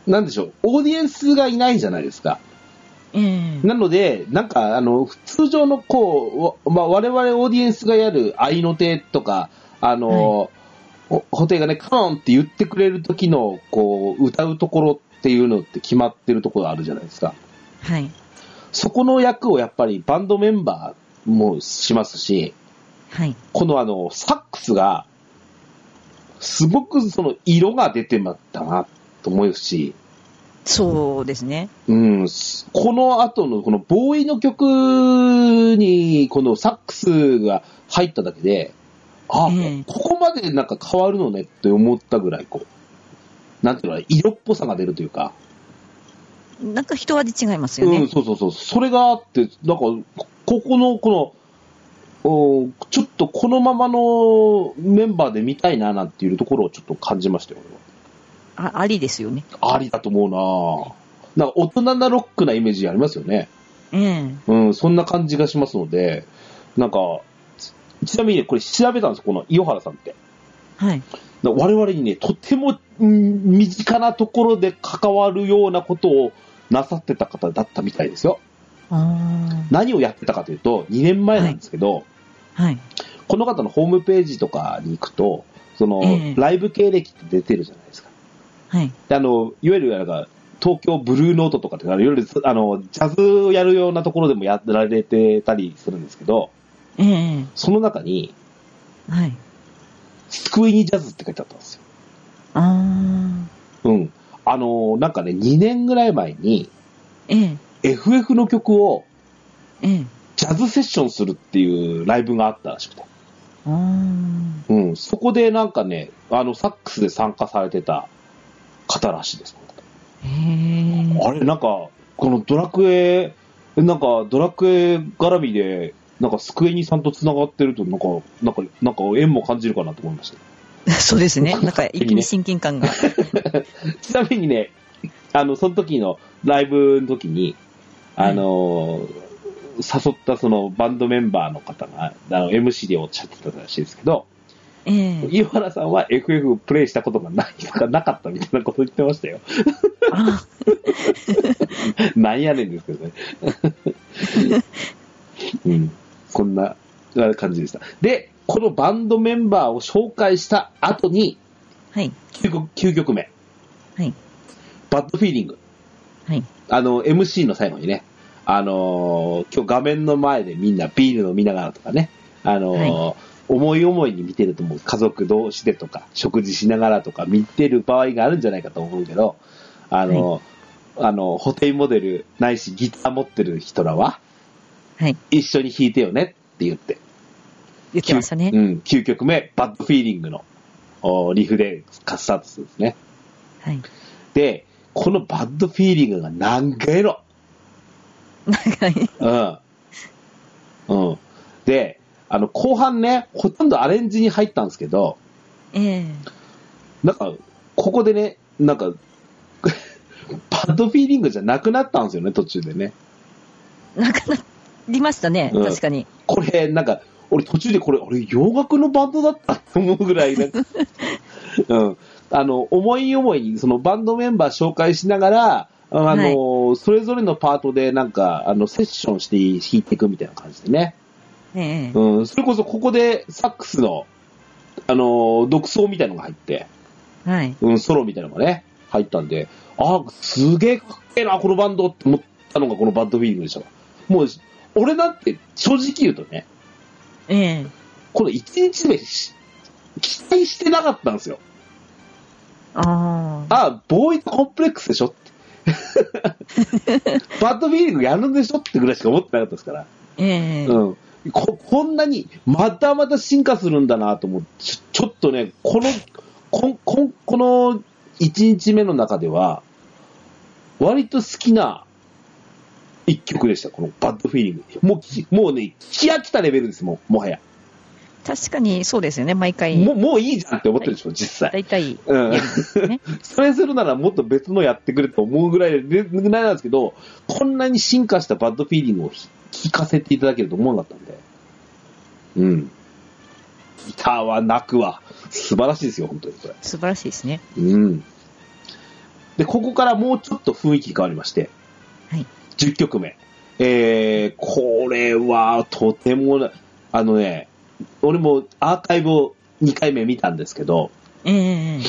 S1: なんでしょう、オーディエンスがいないじゃないですか。
S2: ええ
S1: なので、なんか、あの、通常の、こう、わまあ、我々オーディエンスがやる愛の手とか、あの、ほ布袋がね、カーンって言ってくれる時の、こう、歌うところっていうのって決まってるところあるじゃないですか。
S2: はい。
S1: そこの役をやっぱりバンドメンバーもしますし、
S2: はい。
S1: このあの、サックスが、すごくその色が出てまったな、と思うし、
S2: そうですね。
S1: うん、すこの後のこのボーイの曲にこのサックスが入っただけで、あ、
S2: ええ
S1: ここまでなんか変わるのねって思ったぐらいこう、なんていうのかな、色っぽさが出るというか、
S2: なんか一味違いますよね。
S1: うん、そうそうそう、それがあって、なんか、こここの、この、おちょっとこのままのメンバーで見たいななんていうところをちょっと感じましたよ、俺は
S2: あありですよね。
S1: ありだと思うなぁなんか大人なロックなイメージありますよね。
S2: ええ
S1: うん、そんな感じがしますので、なんか、ちちなみにこれ調べたんですよ、この伊予原さんって。
S2: はい。
S1: だ我々にね、とても、うん身近なところで関わるようなことをなさってた方だったみたいですよ。
S2: あ
S1: 何をやってたかというと、2年前なんですけど、
S2: あ。はい。
S1: この方のホームページとかに行くと、その、
S2: ええ
S1: ライブ経歴って出てるじゃないですか。
S2: はい。
S1: であの、いわゆるなんか、東京ブルーノートとかって、いわゆる、あの、ジャズをやるようなところでもやられてたりするんですけど、
S2: ええ
S1: その中に、
S2: はい。
S1: スクイニジャズって書いてあったんですよ。
S2: ああ。
S1: うん。あのーなんかね、2年ぐらい前に、
S2: ええ
S1: FF の曲を
S2: ええ
S1: ジャズセッションするっていうライブがあったらしくて。
S2: ああ。
S1: うん。そこでなんかね、あの、サックスで参加されてた方らしいです。
S2: へえ
S1: あれ、なんか、このドラクエ、なんか、ドラクエ絡みで、なんか、スクエニさんと繋がってると、なんか、なんか、なんか、縁も感じるかなと思いました。
S2: そうです ね。なんか一気に親近感が。
S1: ちなみにね、あの、その時のライブの時に、あのー誘ったそのバンドメンバーの方が、あの、MC でおっしゃってたらしいですけど、
S2: ええ
S1: 井原さんは FF をプレイしたことがないとかなかったみたいなこと言ってましたよ。
S2: あ
S1: なんやねんですけどね。うん。そんな感じでした。で、このバンドメンバーを紹介した後に、
S2: はい。
S1: 9曲 ,9 曲目、
S2: はい。
S1: バッドフィーリング。
S2: はい。
S1: あの、MC の最後にね、あのー今日画面の前でみんなビール飲みながらとかね、あのー
S2: は
S1: 思い思いに見てると思う。家族同士でとか、食事しながらとか見てる場合があるんじゃないかと思うけど、あのーあの、ホテイモデルないしギター持ってる人らは、
S2: はい。
S1: 一緒に弾いてよねって言って、
S2: 言ってましたね
S1: う。ん、9曲目、バッドフィーリングのおーリフでカッサートするんですね。
S2: はい。
S1: で、このバッドフィーリングが何回の
S2: なんか、
S1: うん。うん。で、あの、後半ね、ほとんどアレンジに入ったんですけど、
S2: ええ
S1: なんか、ここでね、なんか、 バッドフィーリングじゃなくなったんですよね、途中でね。
S2: なくなりましたね。
S1: うん
S2: 確かに。
S1: これ、なんか、俺途中でこれ、俺洋楽のバンドだったと思うぐらい、なんか、うん。あの、思い思いに、そのバンドメンバー紹介しながら、あの、それぞれのパートでなんか、あの、セッションして弾いていくみたいな感じでね。
S2: ええ
S1: うん、それこそここでサックスの、あのー独奏みたいのが入って、
S2: はい。
S1: うん、ソロみたいなのがね、入ったんで、あ、すげえかっけえな、このバンドって思ったのがこのバッドフィーリングでしたから。もう、俺だって正直言うとね、
S2: ええ。
S1: この1日目し、期待してなかったんですよ。
S2: ああ。
S1: あ、ボーイとコンプレックスでしょって。バッドフィーリングやるんでしょってぐらいしか思ってなかったですから。
S2: ええ。
S1: うん。こ、こんなに、またまた進化するんだなと思って、ちょちょっとね、この、こん、こん、この1日目の中では、割と好きな一曲でした、このバッドフィーリング。もうき、もうね、来飽きたレベルです、もう、もはや。
S2: 確かにそうですよね、毎回。
S1: もう、もういいじゃんって思ってるでしょ、実際。
S2: 大体、
S1: うん
S2: やるんですね。
S1: それするならもっと別のやってくれと思うぐらいで、ぐらいなんですけど、こんなに進化したバッドフィーリングをひ聞かせていただけると思わなかったんで。うん。ギターは泣くわ。素晴らしいですよ、本当にこれ。
S2: 素晴らしいですね。
S1: うん。で、ここからもうちょっと雰囲気変わりまして、
S2: はい
S1: 10曲目。えー、これはとてもな、あのね、俺もアーカイブを2回目見たんですけど、
S2: ええ。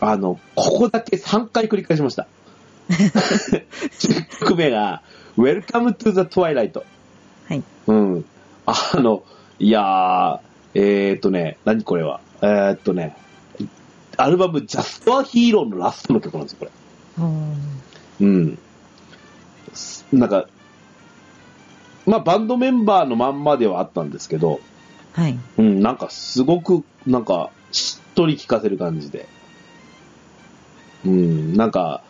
S1: あの、ここだけ3回繰り返しま した。10曲目が、Welcome to the Twilight。
S2: はい。
S1: うん。あの、いやー、えー、っとね、何これは。えー、っとね、アルバム Just a Hero のラストの曲なんですよ、これ。
S2: うん
S1: うん。すなんか、まあ、バンドメンバーのまんまではあったんですけど、
S2: はい。
S1: うん、なんかすごく、なんか、しっとり聞かせる感じで。うん、なんか、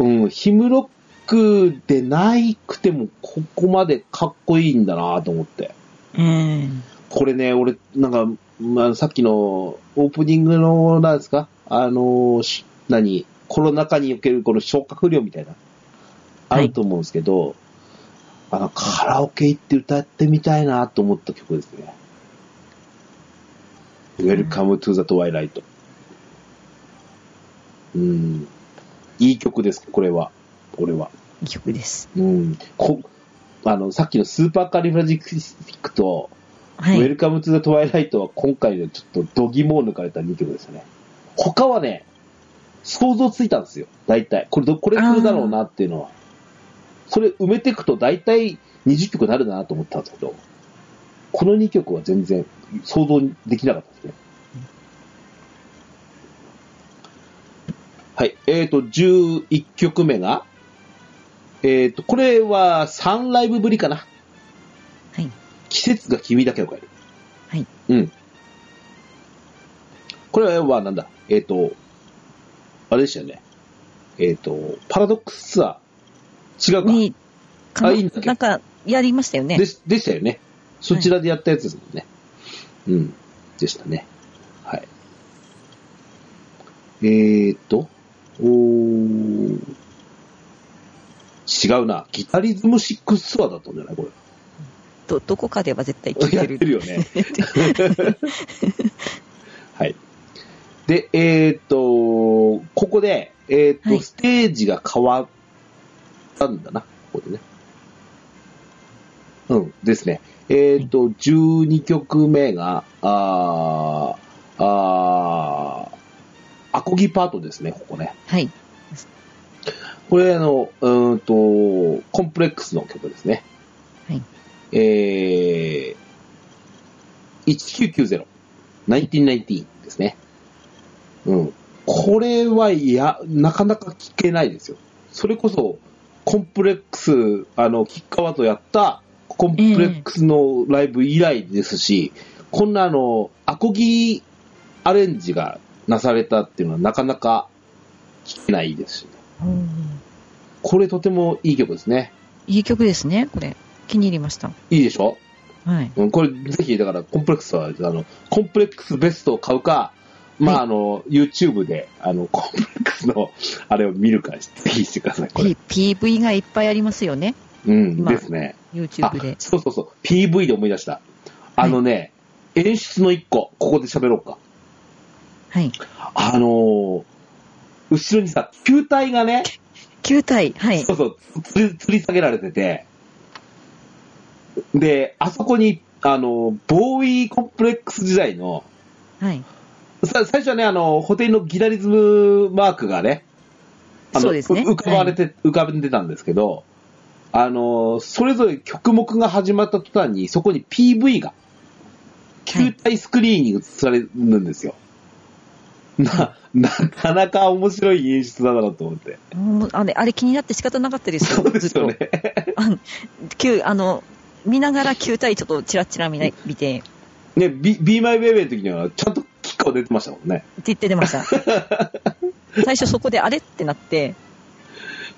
S1: うん、ヒムロックでないくても、ここまでかっこいいんだなと思って。
S2: ええ。
S1: これね、俺、なんか、まあ、さっきのオープニングの、なんですかあの、し何コロナ禍におけるこの消化不良みたいな、あ
S2: はい
S1: ると思うんですけど、あの、カラオケ行って歌ってみたいなと思った曲ですね。Welcome to the Twilight。うん。いい曲です、これは。俺は。
S2: いい曲です。
S1: うん。こ、あの、さっきのスーパーカリフラジックと、
S2: は
S1: ウェ
S2: い。
S1: ルカム・トゥ・ザ・トワイライトは今回のちょっと度肝を抜かれた2曲ですね。他はね、想像ついたんですよ。大体。これど、これ来るだろうなっていうのは。それ埋めていくと大体20曲になるなと思ったんですけど、この2曲は全然想像できなかったですね。はい。えっ、ー、と、11曲目が、えっ、ー、と、これは3ライブぶりかな。
S2: はい。
S1: 季節が君だけを変える。
S2: はい。
S1: うん。これは、なんだ、えっ、と、あれでしたよね。えっ、と、パラドックスツアー。違うか。
S2: に、か
S1: あいいんだっけ
S2: なんか、やりましたよね
S1: で。しでしたよね。そちらでやったやつですもんね。うん。でしたね。はい。えーっと、おー違うな。ギタリズムシックスツアーだったんじゃないこれ。
S2: ど、どこかでは絶対聞い
S1: や
S2: て
S1: っ
S2: る。
S1: てるよね。 はい。で、えーっと、ここで、えーっと、
S2: はい
S1: ステージが変わったんだな、ここでね。うん、ですね。えーっと、12曲目が、あー、あー、アコギパートですね、ここね。
S2: はい。
S1: これ、あの、うーんと、コンプレックスの曲ですね。
S2: はい。
S1: えー、1990、1990ですね。うん。これは、いや、なかなか聞けないですよ。それこそ、コンプレックス、あの、キッカワとやった、コンプレックスのライブ以来ですし、こんなあの、アコギアレンジがなされたっていうのはなかなか聞けないですしね。
S2: うん
S1: これとてもいい曲ですね。
S2: いい曲ですね、これ。気に入りました。
S1: いいでしょ
S2: はい。
S1: うん、これぜひ、だからコンプレックスは、あの、コンプレックスベストを買うか、まあ、
S2: は
S1: あの、YouTube で、あの、コンプレックスの、あれを見るか、ぜひしてください、これ。
S2: P、PV がいっぱいありますよね。
S1: うん、
S2: まあ
S1: ですね。あ
S2: YouTube で、。
S1: そうそうそう、PV で思い出した。あのね、演出の一個、ここで喋ろうか。
S2: はい。
S1: あのー後ろにさ、球体がね、
S2: 9体。はい
S1: そ。うそう、吊り吊り下げられてて、で、あそこに、あの、ボーイコンプレックス時代の、
S2: はい。
S1: さ最初はね、あの、補填のギタリズムマークがね、あの
S2: そうですね
S1: う浮かばれて、浮かんでたんですけど、あの、それぞれ曲目が始まった途端に、そこに PV が、球体スクリーンに映されるんですよ。な、な かなか面白い演出だなと思って。
S2: もうあれあれ気になって仕方なかったです
S1: そうですよ
S2: ずっと
S1: ね。
S2: あの球あの見ながら球体ちょっとチラチラ見ない見て、
S1: ね、ビビーマイベイベイの時には、ちゃんとキックを出てましたもんね。
S2: って言って出 ました。最初そこであれってなって、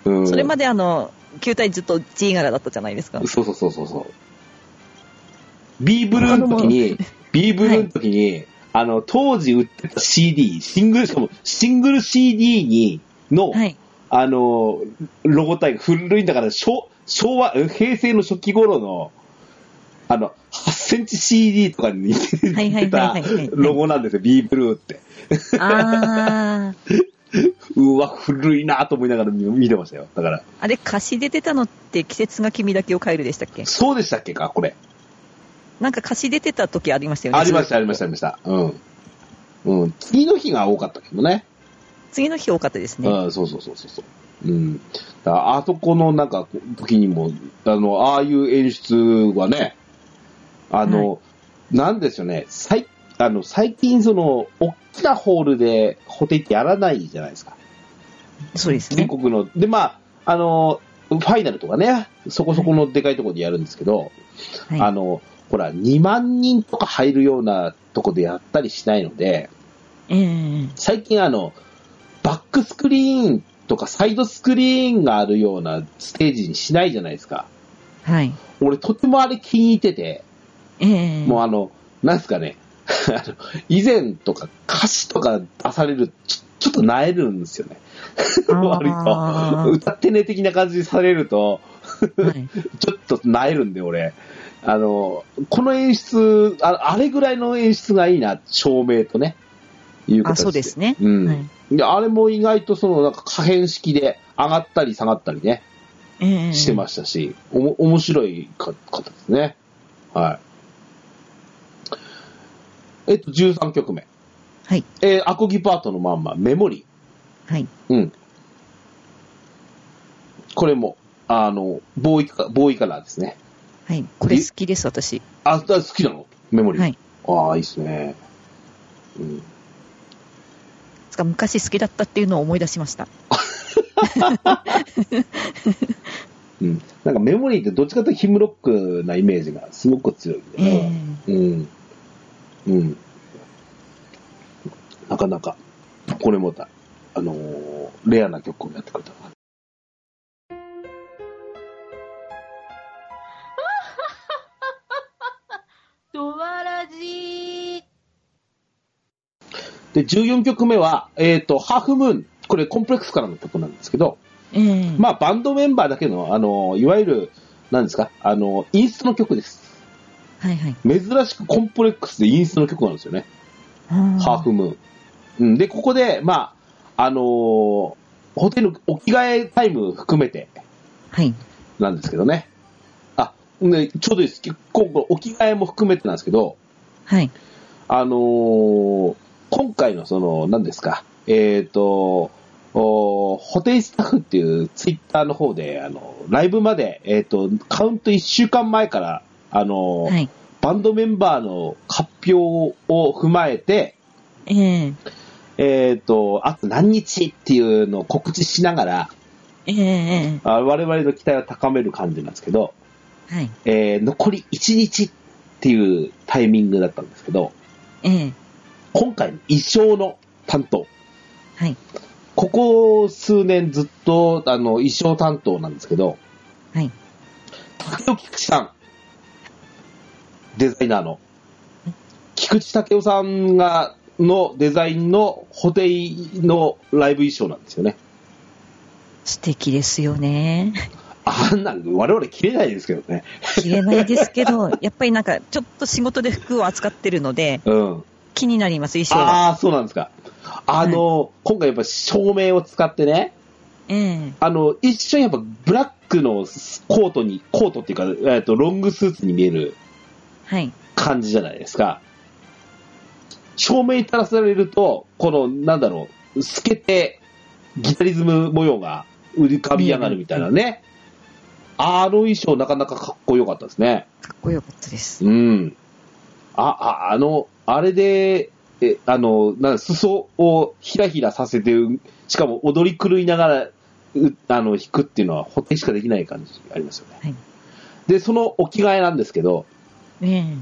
S1: うん。
S2: それまであの、球体ずっと G 柄だったじゃないですか。
S1: そうそうそうそうそう。ビーブルーの時に、 ビーブルーの時に、あの、当時売ってた CD、シングル、しかも、シングル CD に、の、
S2: はい。
S1: あの、ロゴ体が古いんだから、昭昭和、え平成の初期頃の、あの、8センチ CD とかに似
S2: はいは
S1: て
S2: いは
S1: た
S2: いはいはい
S1: ロゴなんですよ、ビーブルーって。
S2: あー。
S1: うわ、古いなと思いながら見見てましたよ。だから、
S2: あれ、歌詞で出たのって季節が君だけを変えるでしたっけ
S1: そうでしたっけか、これ。
S2: なんか歌詞で出た時ありましたよね。。
S1: ありました、ありましたた、ありました。うん。うん、次の日が多かったけどね。
S2: 次の日多かったですね。
S1: うん、そうそうそうそうそう。うん。だからあそこのなんか、時にも、あの、ああいう演出はね、あの、なんですよね、最、あの、最近その、大きなホールでホテってやらないじゃないですか。
S2: そうです
S1: 全
S2: ね。
S1: 国の、で、まあ、あの、ファイナルとかね、そこそこのでかいところでやるんですけど、
S2: はい、
S1: あの、ほら、2万人とか入るようなとこでやったりしないので、
S2: ええ
S1: 最近あの、バックスクリーンとかサイドスクリーンがあるようなステージにしないじゃないですか。
S2: はい。
S1: 俺とてもあれ気に入ってて、
S2: ええ
S1: もうあの、なんですかね、 あの以前とか歌詞とか出される、ちょちょっと萎えるんですよね。割と。
S2: あ ー
S1: 歌ってね的な感じにされると、
S2: はい、
S1: ちょっと萎えるんで、俺。あの、この演出、ああれぐらいの演出がいいな、照明とね。いう形
S2: あ、そうですね。
S1: うん。
S2: はい
S1: で、あれも意外とそのなんか可変式で上がったり下がったりね、
S2: ええ
S1: してましたし、おも面白いか方ですね。はい。えっと、13曲目。
S2: はい。
S1: えーアコギパートのまんま、メモリ
S2: はい。
S1: ー。うん。これも、あの、ボーイカボーイカラーですね。
S2: はい。これ好きです、私。
S1: あ、だ好きなのメモリー。
S2: はい。
S1: ああ、いいっすね。うん。
S2: つか昔好きだったっていうのを思い出しました。
S1: うん。なんかメモリーってどっちかというとヒムロックなイメージがすごく強いんで
S2: え
S1: ね、
S2: え
S1: うん。うん。なかなか、これもた、あのーレアな曲をやってくれたな。
S4: ドワラジー。
S1: で、14曲目は、えっ、と、ハーフムーン。これ、コンプレックスからの曲なんですけど、
S2: ええ
S1: まあ、バンドメンバーだけの、あのーいわゆる、なんですか、あのーインストの曲です。
S2: はいはい。
S1: 珍しくコンプレックスでインストの曲なんですよね。ハーフムーン。うん、で、ここで、まあ、あのーホテルのお着替えタイム含めて、
S2: はい。
S1: なんですけどね。あ、ね、ちょうどいいです。結構、こうお着替えも含めてなんですけど、
S2: はい。
S1: あのー今回のその、何ですか、えっ、と、おホテイスタッフっていうツイッターの方で、あの、ライブまで、えっ、と、カウント1週間前から、あのー
S2: はい。
S1: バンドメンバーの発表を踏まえて、
S2: ええ
S1: えっ、と、あと何日っていうのを告知しながら、
S2: ええ
S1: あ我々の期待を高める感じなんですけど、
S2: はい。
S1: えー残り1日っていうタイミングだったんですけど、
S2: ええ
S1: 今回の衣装の担当、
S2: はい。
S1: ここ数年ずっとあの衣装担当なんですけど、
S2: はい。
S1: 竹尾菊池さん、デザイナーの、菊池武雄さんが、のデザインの補填のライブ衣装なんですよね。
S2: 素敵ですよね。
S1: あんなん、我々着れないですけどね。
S2: 着れないですけ ど、やっぱりなんか、ちょっと仕事で服を扱ってるので、
S1: うん。
S2: 気になります、衣装
S1: あ
S2: は。
S1: あ、そうなんですか。あの、今回やっぱ照明を使ってね、
S2: ええ
S1: あの、一瞬やっぱブラックのコートに、コートっていうか、えっ、と、ロングスーツに見える
S2: はい。
S1: 感じじゃないですか。照明に垂らされると、この、なんだろう、透けて、ギタリズム模様が浮かび上がるみたいなね。あの衣装なかなかかっこよかったですね。
S2: かっこよかったです。
S1: うん。あ、あ、あの、あれで、え、あの、なん裾をひらひらさせて、うしかも踊り狂いながら、うあの、弾くっていうのは、補填しかできない感じありますよね。
S2: はい
S1: で、そのお着替えなんですけど、
S2: ね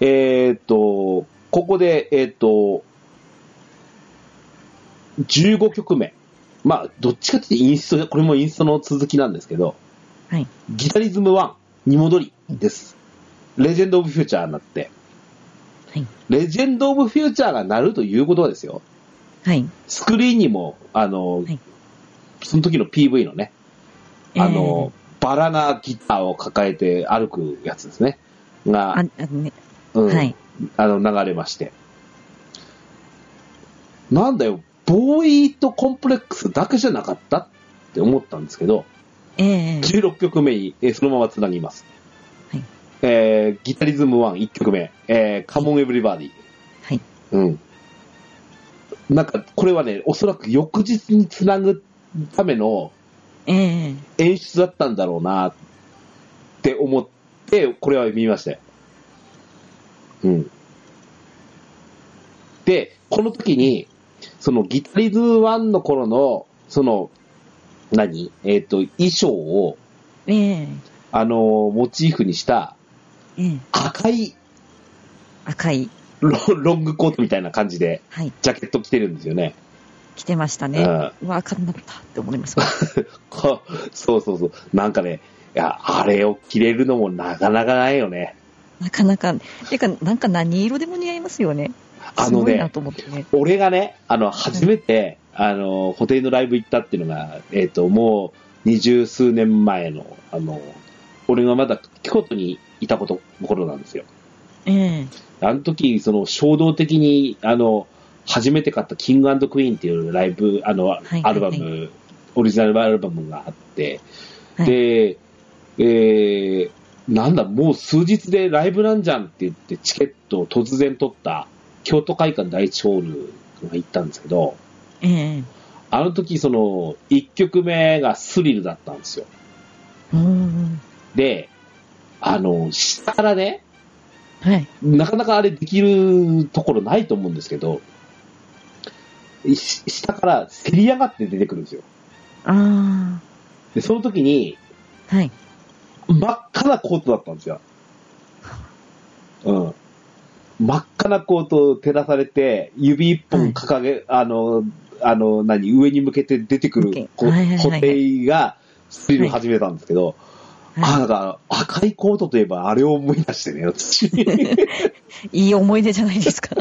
S1: えーっと、ここで、えーっと、15曲目。まあ、どっちかっていうとインストで、これもインストの続きなんですけど、
S2: はい
S1: ギタリズム1に戻りです。レジェンド・オブ・フューチャーになって、
S2: はい
S1: レジェンド・オブ・フューチャーがなるということはですよ、
S2: えはい。
S1: スクリーンにも、あの、
S2: はい
S1: その時の PV のね、あの、
S2: えー、
S1: バラなギターを抱えて歩くやつですね、が、
S2: ああのね、
S1: うん
S2: はい。
S1: あの、流れまして。なんだよ、ボーイとコンプレックスだけじゃなかったって思ったんですけど、
S2: ええ
S1: 16曲目に、えーそのまま繋ぎます。
S2: はい
S1: えーギタリズム1、1曲目、えー、カモンエブリバディ。
S2: はい。
S1: うん。なんか、これはね、おそらく翌日に繋ぐための
S2: ええ
S1: 演出だったんだろうなって思って、これは見ましたよ。うん。で、この時に、そのギタリズム1の頃の、その、何えっ、と、衣装を、
S2: ええ
S1: あのーモチーフにした
S2: ええ
S1: 赤い
S2: 赤い、
S1: ロロングコートみたいな感じで、
S2: はい、
S1: ジャケット着てるんですよね。
S2: 着てました
S1: う
S2: ね。
S1: ん
S2: うわ、赤になったって思います。
S1: こそうそうそう。なんかね、いや、あれを着れるのもなかなかないよね。
S2: なかなか、てか、なんか何色でも似合いますよね。
S1: あ
S2: す
S1: の
S2: ごい
S1: ね
S2: な、と思ってね。
S1: 俺がね、あの、初めて、あの、ホテイのライブ行ったっていうのが、えっ、と、もう、二十数年前の、あの、俺がまだ京都にいたこと、頃なんですよ。
S2: ええ
S1: あの時、その、衝動的に、あの、初めて買ったキングクイーンっていうライブ、あの、
S2: はい
S1: アルバ
S2: は
S1: ム、オリジナルアルバムがあって、
S2: はい
S1: で、えー、なんだ、もう数日でライブなんじゃんって言って、チケットを突然取った、京都会館第一ホールが行ったんですけど、
S2: ええ
S1: あの時、その、1曲目がスリルだったんですよ。
S2: うーん。
S1: で、あの、下からね、
S2: はい。
S1: なかなかあれできるところないと思うんですけど、し下からせり上がって出てくるんですよ。
S2: あ
S1: で、その時に、
S2: あ。はい。
S1: 真っ赤なコートだったんですよ。うん。真っ赤なコートを照らされて、指一本掲げ、あの、あの、何、上に向けて出てくるこ
S2: はいはいはいはい
S1: 固定が、スリルを始めたんですけど、あ、
S2: は
S1: なんか、赤いコートといえばあれを思い出してね、私。
S2: い、いい思い出じゃないで すか。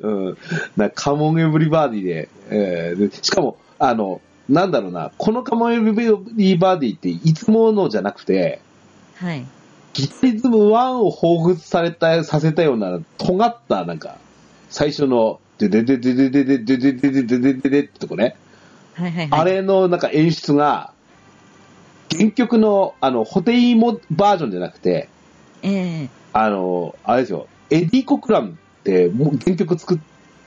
S1: うん。なんかカモンエブリバディで、えーでしかも、あの、なんだろうな、このカモンエブリバディっていつものじゃなくて、
S2: はい。
S1: ギタリズム1を彷彿された、させたような、尖った、なんか、最初の、でででででででででででででででってとこね。
S2: はいはいはい。
S1: あれの、なんか演出が、原曲の、あの、ホテイモバージョンじゃなくて、
S2: ええ
S1: あの、あれですよ、エディ・コクランって、もう原曲作っ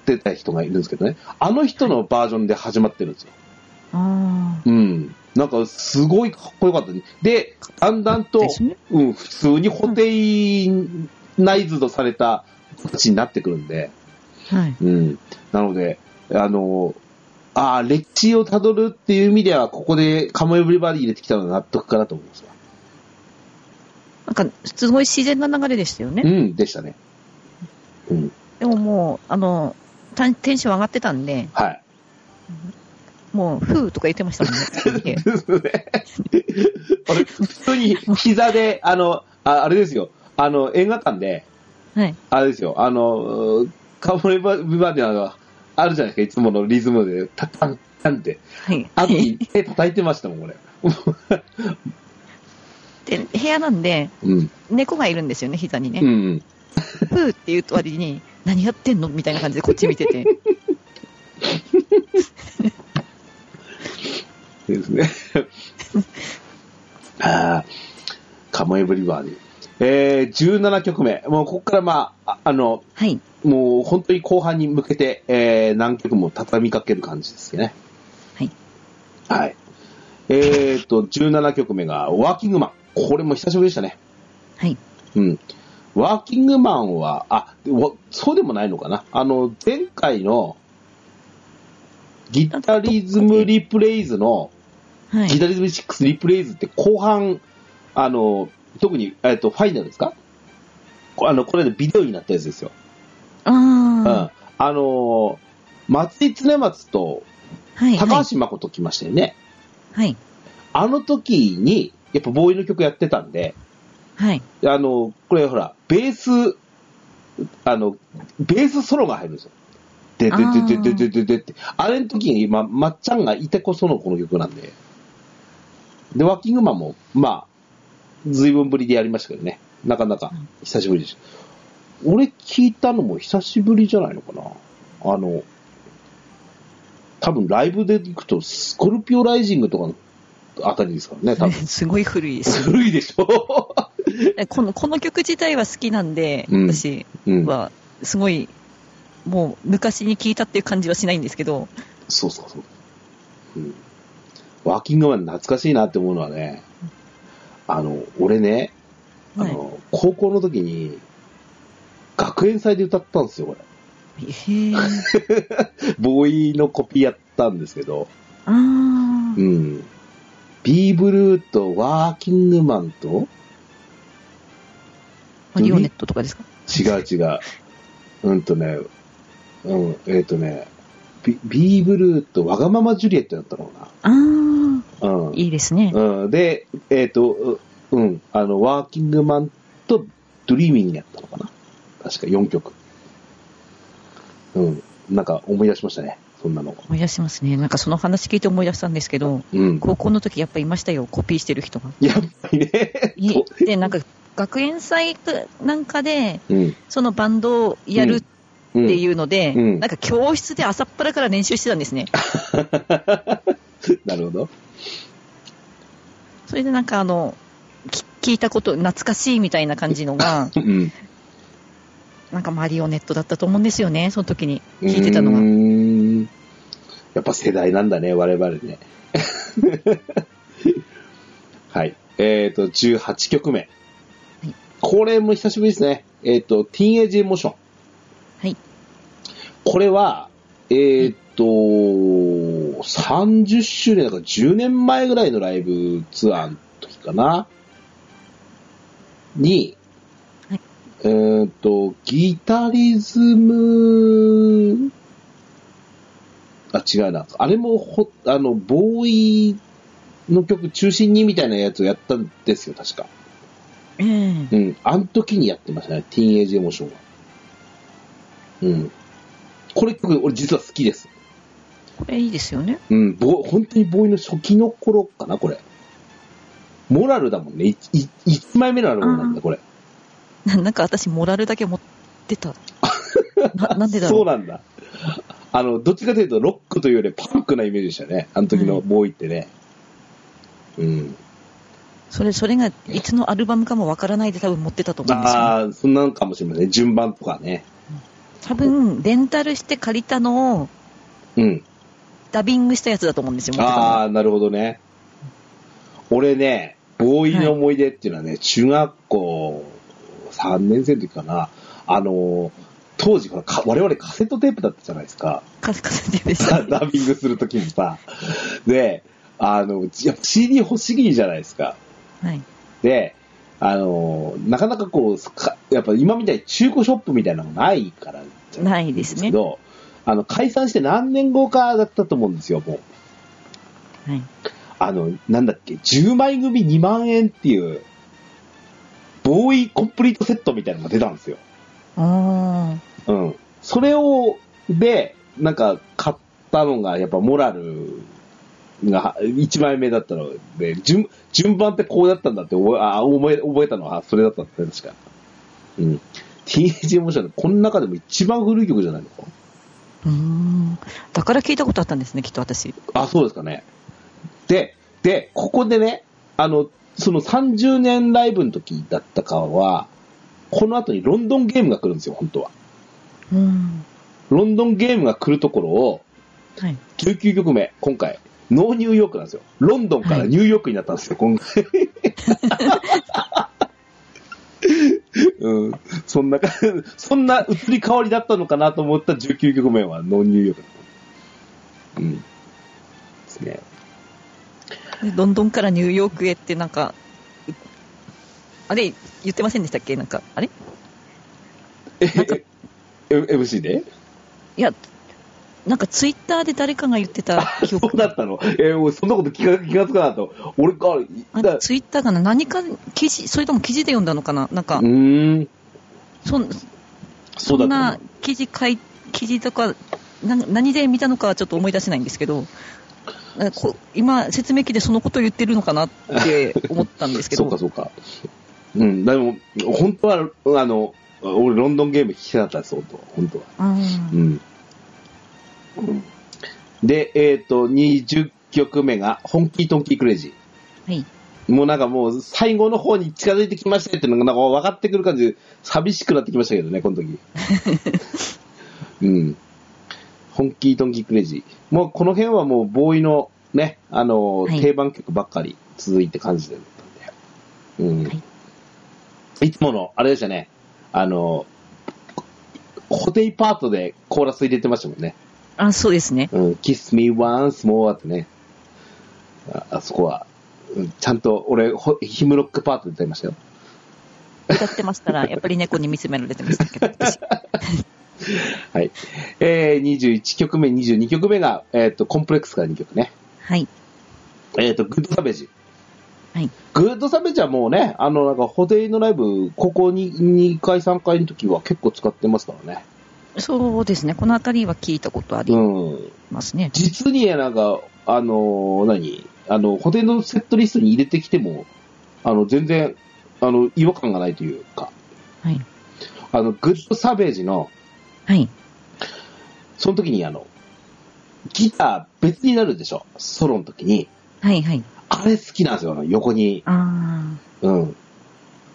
S1: てた人がいるんですけどね、あの人のバージョンで始まってるんですよ。
S2: あ
S1: うん。なんか、すごいかっこよかったね。で、だんだん
S2: あ。
S1: と
S2: で、すね
S1: うん、普通にホテイナイズドされた形になってくるんで、
S2: はい。
S1: うん。なので、あの、ああ、歴史をたどるっていう意味では、ここでカモエブリバディ入れてきたのは納得かなと思いますわ
S2: なんか、すごい自然な流れでしたよ
S1: う
S2: ね。
S1: ん、でしたね。うん、
S2: でももう、あの、たテンション上がってたんで、
S1: はい。
S2: もう、ふーとか言ってましたも んね。
S1: ですね。 あれ、普通に膝で、あの、ああれですよ、あの、映画館で、
S2: はい。
S1: あれですよ、あの、カモエブリバディの、あるじゃないですか、いつものリズムで、タッタン、タンって。
S2: はい。
S1: あと手叩いてましたもん、これ。
S2: で、部屋なんで、
S1: うん。
S2: 猫がいるんですよね、膝にね。
S1: うん。
S2: ふーって言うと割に、何やってんのみたいな感じでこっち 見てて。
S1: ですね。 ああ、カモエブリバーディ。えー、17曲目。もうここからまあ、ああの、
S2: はい。
S1: もう本当に後半に向けて、えー何曲も畳みかける感じですね。
S2: はい。
S1: はい。えー、と、17曲目が、ワーキングマン。これも久しぶりでしたね。
S2: はい。
S1: うん。ワーキングマンは、あ、わそうでもないのかな。あの、前回の、ギタリズムリプレイズの、
S2: は
S1: ギ
S2: い。
S1: タリズム6リプレイズって後半、あの、特に、えっと、ファイナルですかこあの、これでビデオになったやつですよ。
S2: あ
S1: うん。
S2: あ、
S1: あの、松井常松と
S2: はい。
S1: 高橋誠来ましたよね。
S2: はい。
S1: あの時に、やっぱボーイの曲やってたんで、
S2: はい。
S1: あの、これほら、ベース、あの、ベースソロが入るんですよ。で、で、で、で、で、で、で、でって。あれの時に、ま、まっちゃんがいてこそのこの曲なんで。で、ワーキングマンも、まあ、随分ぶりでやりましたけどね。なかなか
S2: うん、
S1: 久しぶりでした。俺聞いたのも久しぶりじゃないのかな。あの、多分ライブで行くと、スコルピオライジングとかのあたりですからね、多 分。
S2: すごい古いです。
S1: 古いでしょ
S2: この、この曲自体は好きなんで、
S1: うん
S2: 私
S1: うん。
S2: は、すごい、もう昔に聞いたっていう感じはしないんですけど、
S1: そうそうそう。うん。ワーキングマン懐かしいなって思うのはね、あの、俺ね、あ
S2: はい。
S1: の、高校の時に、学園祭で歌ったんですよ、これ。
S2: へ ー
S1: ボーイのコピーやったんですけど、
S2: あー
S1: うん。ビーブルーとワーキングマンと、
S2: マリオネットとかですか
S1: 違う違う。うんとね、うん、えっ、とね、ビビーブルーとわがままジュリエットだったのか
S2: あー
S1: な。うん。
S2: いいですね。
S1: うん、で、えっ、と、ううん、あの、ワーキングマンとドリーミングやったのかな確か4曲。うん、なんか思い出しましたね、そんなの。
S2: 思い出しますね。なんかその話聞いて思い出したんですけど、
S1: うん。
S2: 高校の時やっぱいましたよ、コピーしてる人が。
S1: やっぱりね。
S2: いで、なんか、学園祭かなんかで、
S1: うん。
S2: そのバンドをやる
S1: う
S2: って
S1: ん。
S2: いうので、
S1: うんうん
S2: なんか教室で朝っぱらから練習してたんですね。
S1: なるほど。
S2: それでなんかあの、き聞いたこと、懐かしいみたいな感じのが、
S1: うん。
S2: なんかマリオネットだったと思うんですよね、その時に。聞いてたの
S1: う
S2: が。
S1: ーんやっぱ世代なんだね、我々ね。 はい。えっ、と、18曲目。
S2: い
S1: これも久しぶりですね。えっ、と、ティーンエイジエモーション。
S2: はい。
S1: これは、えーっと、30周年だから10年前ぐらいのライブツアーの時かな。に、
S2: はい
S1: えーっと、ギタリズム、あ、違うな。あれもほ、あの、ボーイの曲中心にみたいなやつをやったんですよ、確か。
S2: ええ
S1: うん、あの時にやってましたね、ティーンエイジエモーションは。うん。これ曲、俺実は好きです。
S2: これいいですよね。
S1: うん、ボー本当にボーイの初期の頃かな、これ。モラルだもんね。いい1枚目のアルバムなんだ、これ。
S2: ななんか私、モラルだけ持っ てた。ななんでだ
S1: そ
S2: ろ
S1: う
S2: う。
S1: なんだ。 あの、どっちかというと、ロックというよりパンクなイメージでしたね。あの時のボーイってね。うん。
S2: それ、それが、いつのアルバムかもわからないで多分持ってたと思うんですよ、ね。
S1: ああ、そんなのかもしれませんね。順番とかね。
S2: 多分、レンタルして借りたのを、
S1: うん。
S2: ダビングしたやつだと思うんですよ、持ってたの
S1: ああ、なるほどね。俺ね、ボーイの思い出っていうのはね、中学校3年生の時かな、あのー、当時ほらか、我々カセットテープだったじゃないですか。
S2: カセカセテープでした
S1: ダ。ダビングするときにさ。で、あの、やっぱ CD 欲しいじゃないですか。
S2: はい。
S1: で、あのー、なかなかこう、かやっぱ今みたいに中古ショップみたいなのがないからじゃない
S2: ないです
S1: です
S2: ね
S1: け。ど、あの、解散して何年後かだったと思うんですよ、もう。
S2: はい。
S1: あの、なんだっけ、10枚組2万円っていう、ボーイコンプリートセットみたいなのが出たんですよ。
S2: あ
S1: うん。それを、で、なんか、買ったのが、やっぱモラルが1枚目だったので、順、順番ってこうだったんだって覚え、あ覚え、覚えたのは、それだったんですね、確か。うん。TH モーションってこの中でも一番古い曲じゃないのか
S2: あ。うーん。だから聞いたことあったんですね、きっと私。
S1: あ、そうですかね。で、で、ここでね、あの、その30年ライブの時だったかは、この後にロンドンゲームが来るんですよ、本当は。
S2: うん。
S1: ロンドンゲームが来るところを、
S2: はい。
S1: 19曲目、今回、ノーニューヨークなんですよ。ロンドンからニューヨークになったんですよ、今回。うん、そんなか、そんな移り変わりだったのかなと思った19曲目はノーニューヨーク。うん。ですね。
S2: でロンドンからニューヨークへって、なんか、うあれ、言ってませんでしたっけなんか、あれ
S1: え、
S2: なんか
S1: え、え MC で
S2: いや、なんかツイッターで誰かが言ってた記
S1: そう
S2: 憶
S1: だったのえ、俺そんなこと気が気がつかなかった。俺か、
S2: あ
S1: だ
S2: ツイッターかな何か記事、それとも記事で読んだのかななんか
S1: う、ーん、
S2: そん
S1: そう
S2: そ
S1: だ
S2: ん
S1: った
S2: な
S1: の。
S2: 記事かい、記事とか、な何で見たのかはちょっと思い出せないんですけど、なんかこ今、説明機でそのことを言ってるのかなって思ったんですけ
S1: そう
S2: ど
S1: か、、そうか。うん、でも、本当は、あの、俺ロンドンゲーム聞きたかったです、本当は。本当は。
S2: うん
S1: うん。で、えっ、と、20曲目が、本気トンキークレイジ
S2: はい、
S1: ー。もうなんかもう、最後の方に近づいてきましたよっていうのが、なんか分かってくる感じで、寂しくなってきましたけどね、この時。うん。本気トンキークレイジー。もう、この辺はもう、ボーイのね、あの、
S2: はい
S1: 定番曲ばっかり続いて感じでだったんで。うん。
S2: はい
S1: い、つもの、あれでしたね、あの、固定パートでコーラス入れてましたもんね。
S2: あそうですね、
S1: うん、kiss me once more ってね。ああそこは、うんちゃんと俺、ほヒムロックパートで歌いましたよ。
S2: 歌ってましたら、やっぱり猫に見つめられてましたけど、私
S1: はい。えー、21曲目、22曲目が、えっ、と、コンプレックスから2曲ね。
S2: はい、
S1: えっ、と、グッドサベージ。
S2: はい、
S1: グッドサベージはもうね、あの、なんか、ホテイのライブ、ここに2回、3回の時は結構使ってますからね。
S2: そうですね、この辺りは聞いたことあり
S1: うん。
S2: ますね。
S1: 実になんか、あのー何あの、ホテルのセットリストに入れてきても、あの、全然、あの、違和感がないというか、
S2: はい、
S1: あの、グッドサベージの、
S2: はい、
S1: その時にあの、ギター別になるでしょソロの時に。
S2: はい、はい、
S1: あれ好きなんですよ、あの横に。
S2: あ
S1: うん。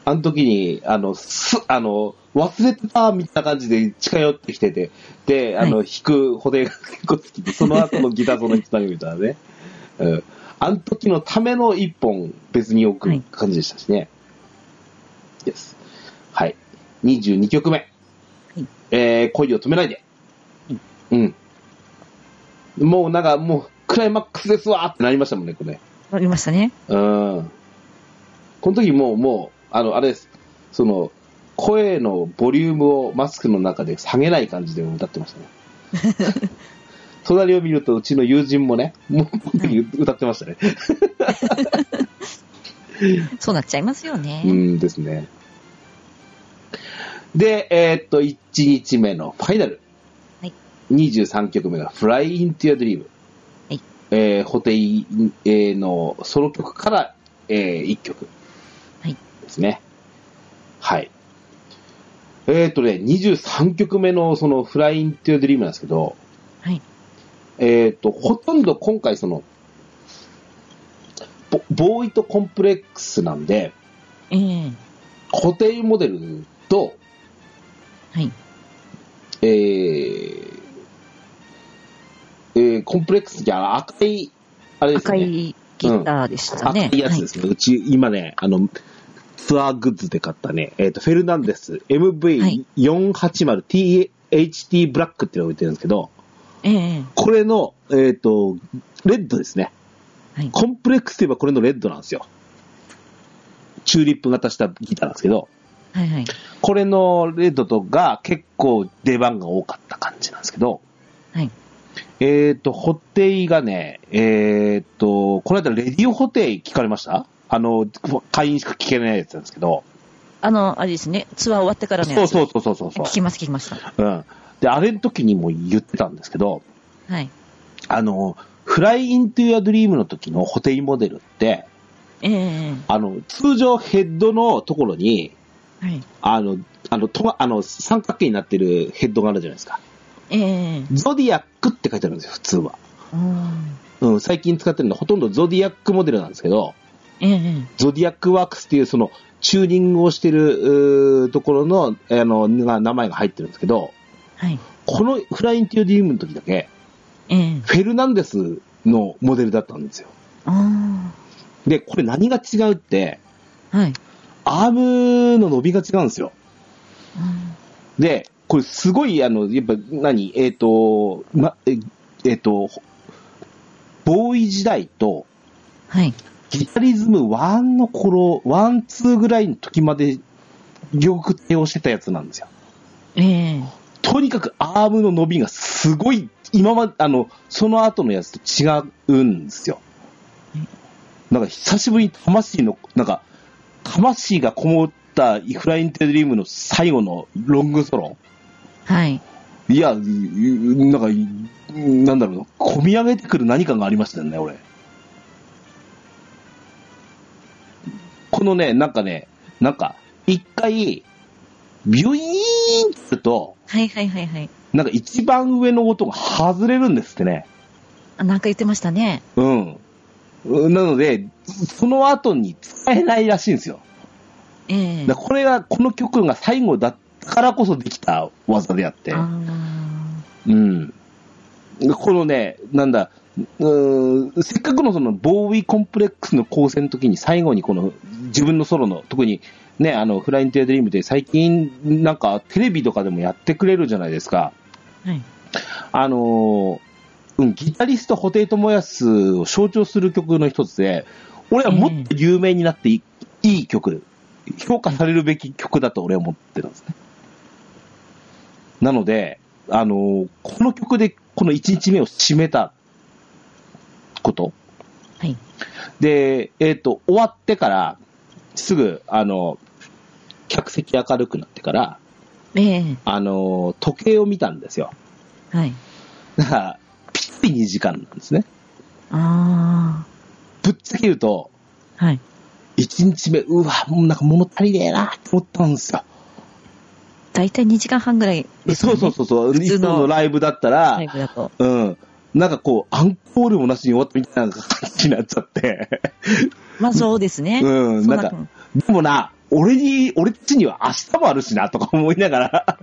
S1: あの時に、あの、す、あの、忘れてた、みたいな感じで近寄ってきてて、で、あの、
S2: は
S1: 弾く補填が結構好きで、その後のギターソロにつなげみたいなね。うん。あの時のための一本別に置く感じでしたしね。です。はい。22曲目。
S2: い
S1: えー、恋を止めないで
S2: はい。
S1: うん。もうなんか、もう、クライマックスですわーってなりましたもんね、これね。
S2: あ、ありましたね。
S1: うん。この時もう、もう、あの、あれです。その、声のボリュームをマスクの中で下げない感じで歌ってましたね。隣を見ると、うちの友人もね、もう、この時歌ってましたね。
S2: そうなっちゃいますよね。
S1: うんですね。で、えーっと、1日目のファイナル。
S2: はい
S1: 23曲目が Fly into your dream。
S2: はい
S1: えー、ホテイえーのソロ曲から、えー、1曲。
S2: はい
S1: ですね。はい。えーっとね、23曲目のその Fly into your dream なんですけど、
S2: はい。
S1: えーっと、ほとんど今回その、ボボーイとコンプレックスなんで、
S2: ええ
S1: 固定モデルと、
S2: はい。
S1: えーえーコンプレックスじゃ赤い、あれです
S2: 赤
S1: よね。
S2: いギターでしたね。
S1: 赤いやつですね。うち、今ね、あの、ツアーグッズで買ったね、えっ、と、フェルナンデス
S2: はい
S1: MV480THT ブラックっていうのが置いてるんですけど、
S2: はい、ええ
S1: これの、えっ、と、レッドですね。
S2: はい。
S1: コンプレックスといえばこれのレッドなんですよ。チューリップ型したギターなんですけど、
S2: はいはい。
S1: これのレッドとが結構出番が多かった感じなんですけど、
S2: はい。
S1: えっ、と、ホテイがね、えっ、と、この間レディオホテイ聞かれましたあの、会員しか聞けないやつなんですけど、
S2: あの、あれですね、ツアー終わってからの
S1: そ
S2: や
S1: う
S2: つ。
S1: そうそうそうそう
S2: 聞きます、聞きました。
S1: うん。で、あれの時にも言ってたんですけど、
S2: はい。
S1: あの、フライイントゥアドリームの時のホテイモデルって、
S2: ええ
S1: あの、通常ヘッドのところに、
S2: はい。
S1: あの、あの、とあの三角形になってるヘッドがあるじゃないですか。
S2: ええ
S1: ゾディアックって書いてあるんですよ、普通は。
S2: うん
S1: うん、最近使ってるのはほとんどゾディアックモデルなんですけど、
S2: ええ
S1: ゾディアックワークスっていうそのチューニングをしてるうーところのあのな名前が入ってるんですけど、
S2: はい。
S1: このフラインティオディウムの時だけ、
S2: ええ。
S1: フェルナンデスのモデルだったんですよ。
S2: あ
S1: で、これ何が違うって、
S2: あ。はい。
S1: アームの伸びが違うんですよ。
S2: うん
S1: で、これすごい、あの、やっぱ何、えっ、と、ま、えっ、えーと、ボーイ時代と、
S2: はい。
S1: ギタリズム1の頃、1、2ぐらいの時まで、よく対応してたやつなんですよ。
S2: ええ。
S1: とにかくアームの伸びがすごい、今まで、あの、その後のやつと違うんですよ。なんか久しぶりに魂の、なんか、魂がこもったイフラインテドリームの最後のロングソロ。
S2: はい。
S1: いや、ううなんか、うなんだろうな、込み上げてくる何かがありましたよね、俺。このね、なんかね、なんか、一回、ビュイーンってすると、
S2: はいはいはいはい。
S1: なんか一番上の音が外れるんですってね。
S2: あなんか言ってましたね。
S1: うん。うんなので、その後に使えないらしいんですよ。
S2: ええ。
S1: だからこれが、この曲が最後だったからこそできた技であって。
S2: ああ。
S1: うん。このね、なんだ、うーんせっかくのそのボーイコンプレックスの構成の時に最後にこの自分のソロの、特にね、あの、フラインティアドリームで最近なんかテレビとかでもやってくれるじゃないですか。
S2: はい。
S1: あのーうん、ギタリスト、布袋寅泰を象徴する曲の一つで、俺はもっと有名になっていい,、いい曲、評価されるべき曲だと俺は思ってるんですね。なので、あのーこの曲でこの1日目を締めたこと。
S2: はい。
S1: で、えっ、と、終わってから、すぐ、あの、客席明るくなってから、
S2: ええ。
S1: あのー時計を見たんですよ。
S2: はい。
S1: だから、ぴったり2時間なんですね。
S2: あ
S1: ぶっちゃけ言うと、
S2: あ。はい。
S1: 1日目、うわ、もうなんか物足りねえなって思ったんですよ。
S2: だいたい2時間半ぐらいです
S1: そ
S2: よ
S1: う
S2: ね。
S1: そうそうそう、
S2: 普
S1: いつ
S2: 通の
S1: ものライブだったら、
S2: ライブだと。
S1: うん。なんかこう、アンコールもなしに終わったみたいな感じになっちゃって。
S2: まあそうですね。
S1: うん、
S2: そ
S1: なん
S2: な
S1: か、でもな、俺に、俺っちには明日もあるしなとか思いながら、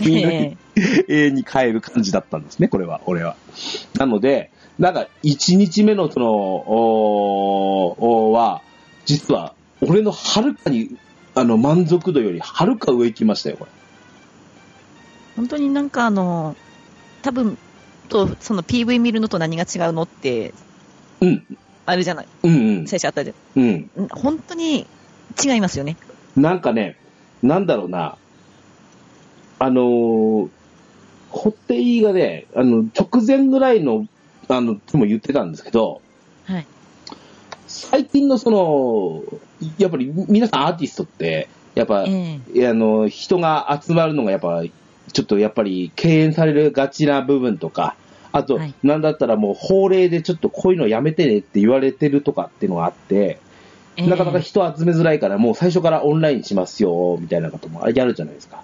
S1: みんなに
S2: え
S1: 永遠に帰る感じだったんですね、これは、俺は。なので、なんか、1日目のその、おーおーは、実は、俺のはるかに、あの、満足度よりはるか上行きましたよ、こ
S2: え本当になんかあの、多分と、その PV 見るのと何が違うのって、
S1: れ。うん、
S2: あるじゃない、
S1: うん、
S2: 最初あったじ
S1: うん。うん。
S2: ゃん。本当に違いますよね。
S1: なんかね、なんだろうな、あのー、ホテイがね、あの、直前ぐらいの、あの、とも言ってたんですけど、
S2: はい。
S1: 最近のその、やっぱり皆さんアーティストって、やっぱ、
S2: え
S1: いやあの人が集まるのがやっぱちょっとやっぱり敬遠されるがちな部分とかあと、
S2: はい
S1: なんだったらもう法令でちょっとこういうのやめてねって言われてるとかっていうのがあって、
S2: え
S1: なかなか人集めづらいからもう最初からオンラインしますよみたいなこともあるじゃないですか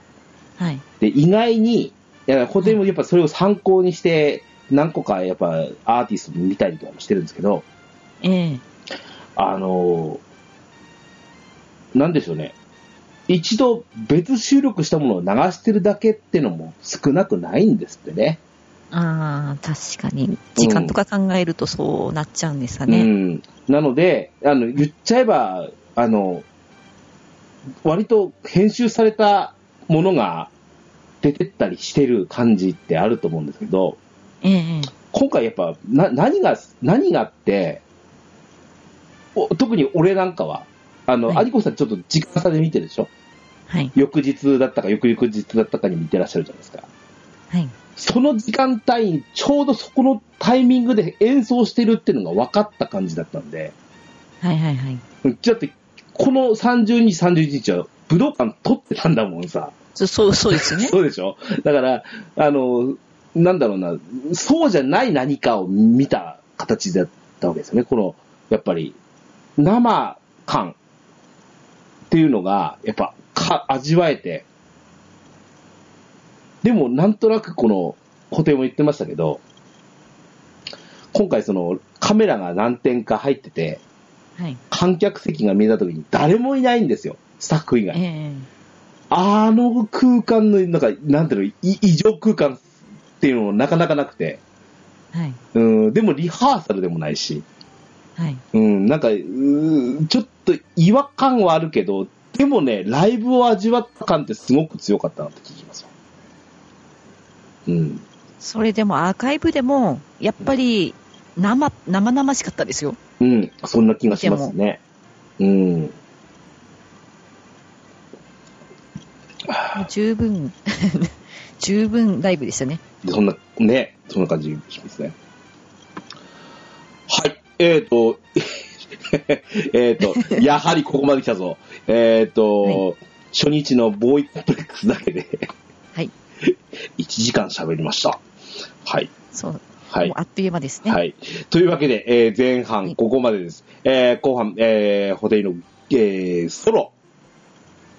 S2: はい。
S1: で意外にいやホテルもやっぱそれを参考にして何個かやっぱアーティスト見たりとかもしてるんですけど
S2: ええ
S1: あのなんでしょうね。一度別収録したものを流してるだけってのも少なくないんですってね。
S2: ああ、確かに。時間とか考えるとそうなっちゃうんですか
S1: う
S2: ね。
S1: ん。なので、あの、言っちゃえば、あの、割と編集されたものが出てったりしてる感じってあると思うんですけど、
S2: ええ
S1: 今回やっぱ、な、何が、何があって、お特に俺なんかは、あの、
S2: はい
S1: アリコさんちょっと時間差で見てるでしょ
S2: はい。
S1: 翌日だったか翌々日だったかに見てらっしゃるじゃないですか。
S2: はい。
S1: その時間帯にちょうどそこのタイミングで演奏してるっていうのが分かった感じだったんで、
S2: はいはいはい。
S1: だってこの30日、31日は武道館撮ってたんだもんさ。
S2: そそう、そうですよね。
S1: そうでしょだから、あの、なんだろうな、そうじゃない何かを見た形だったわけですよね。この、やっぱり、生感っていうのが、やっぱ、か、味わえて、でも、なんとなくこの、固定も言ってましたけど、今回その、カメラが何点か入ってて、
S2: はい。
S1: 観客席が見えた時に誰もいないんですよ。スタッフ以
S2: え
S1: 外。
S2: え
S1: あの空間の、なんか、なんていうの、い異常空間っていうのもなかなかなくて、
S2: はい。
S1: うん、でもリハーサルでもないし、
S2: はい。
S1: うん、なんか、うーちょっと違和感はあるけど、でもね、ライブを味わった感ってすごく強かったなって聞きますよ。うん。
S2: それでもアーカイブでも、やっぱり生、生々しかったですよ。
S1: うん、そんな気がしますね。うん。
S2: もう十分、 十分ライブでしたね。
S1: でそんな、ね、そんな感じしますね。はい。えっ、ー、と、 えっと、やはりここまで来たぞ。えっ、ー、と、
S2: は
S1: 初日のボーイコンプレックスだけで
S2: はい。
S1: 1時間喋りました。はい。
S2: そう。
S1: はい
S2: もう。あっという間ですね。。
S1: はいい。というわけで、えー前
S2: は
S1: 半
S2: い
S1: ここまでです。えー後半、えーホテルの、えーソロ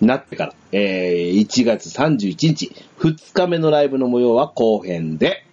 S1: になってから、えー1月31日、2日目のライブの模様は後編で。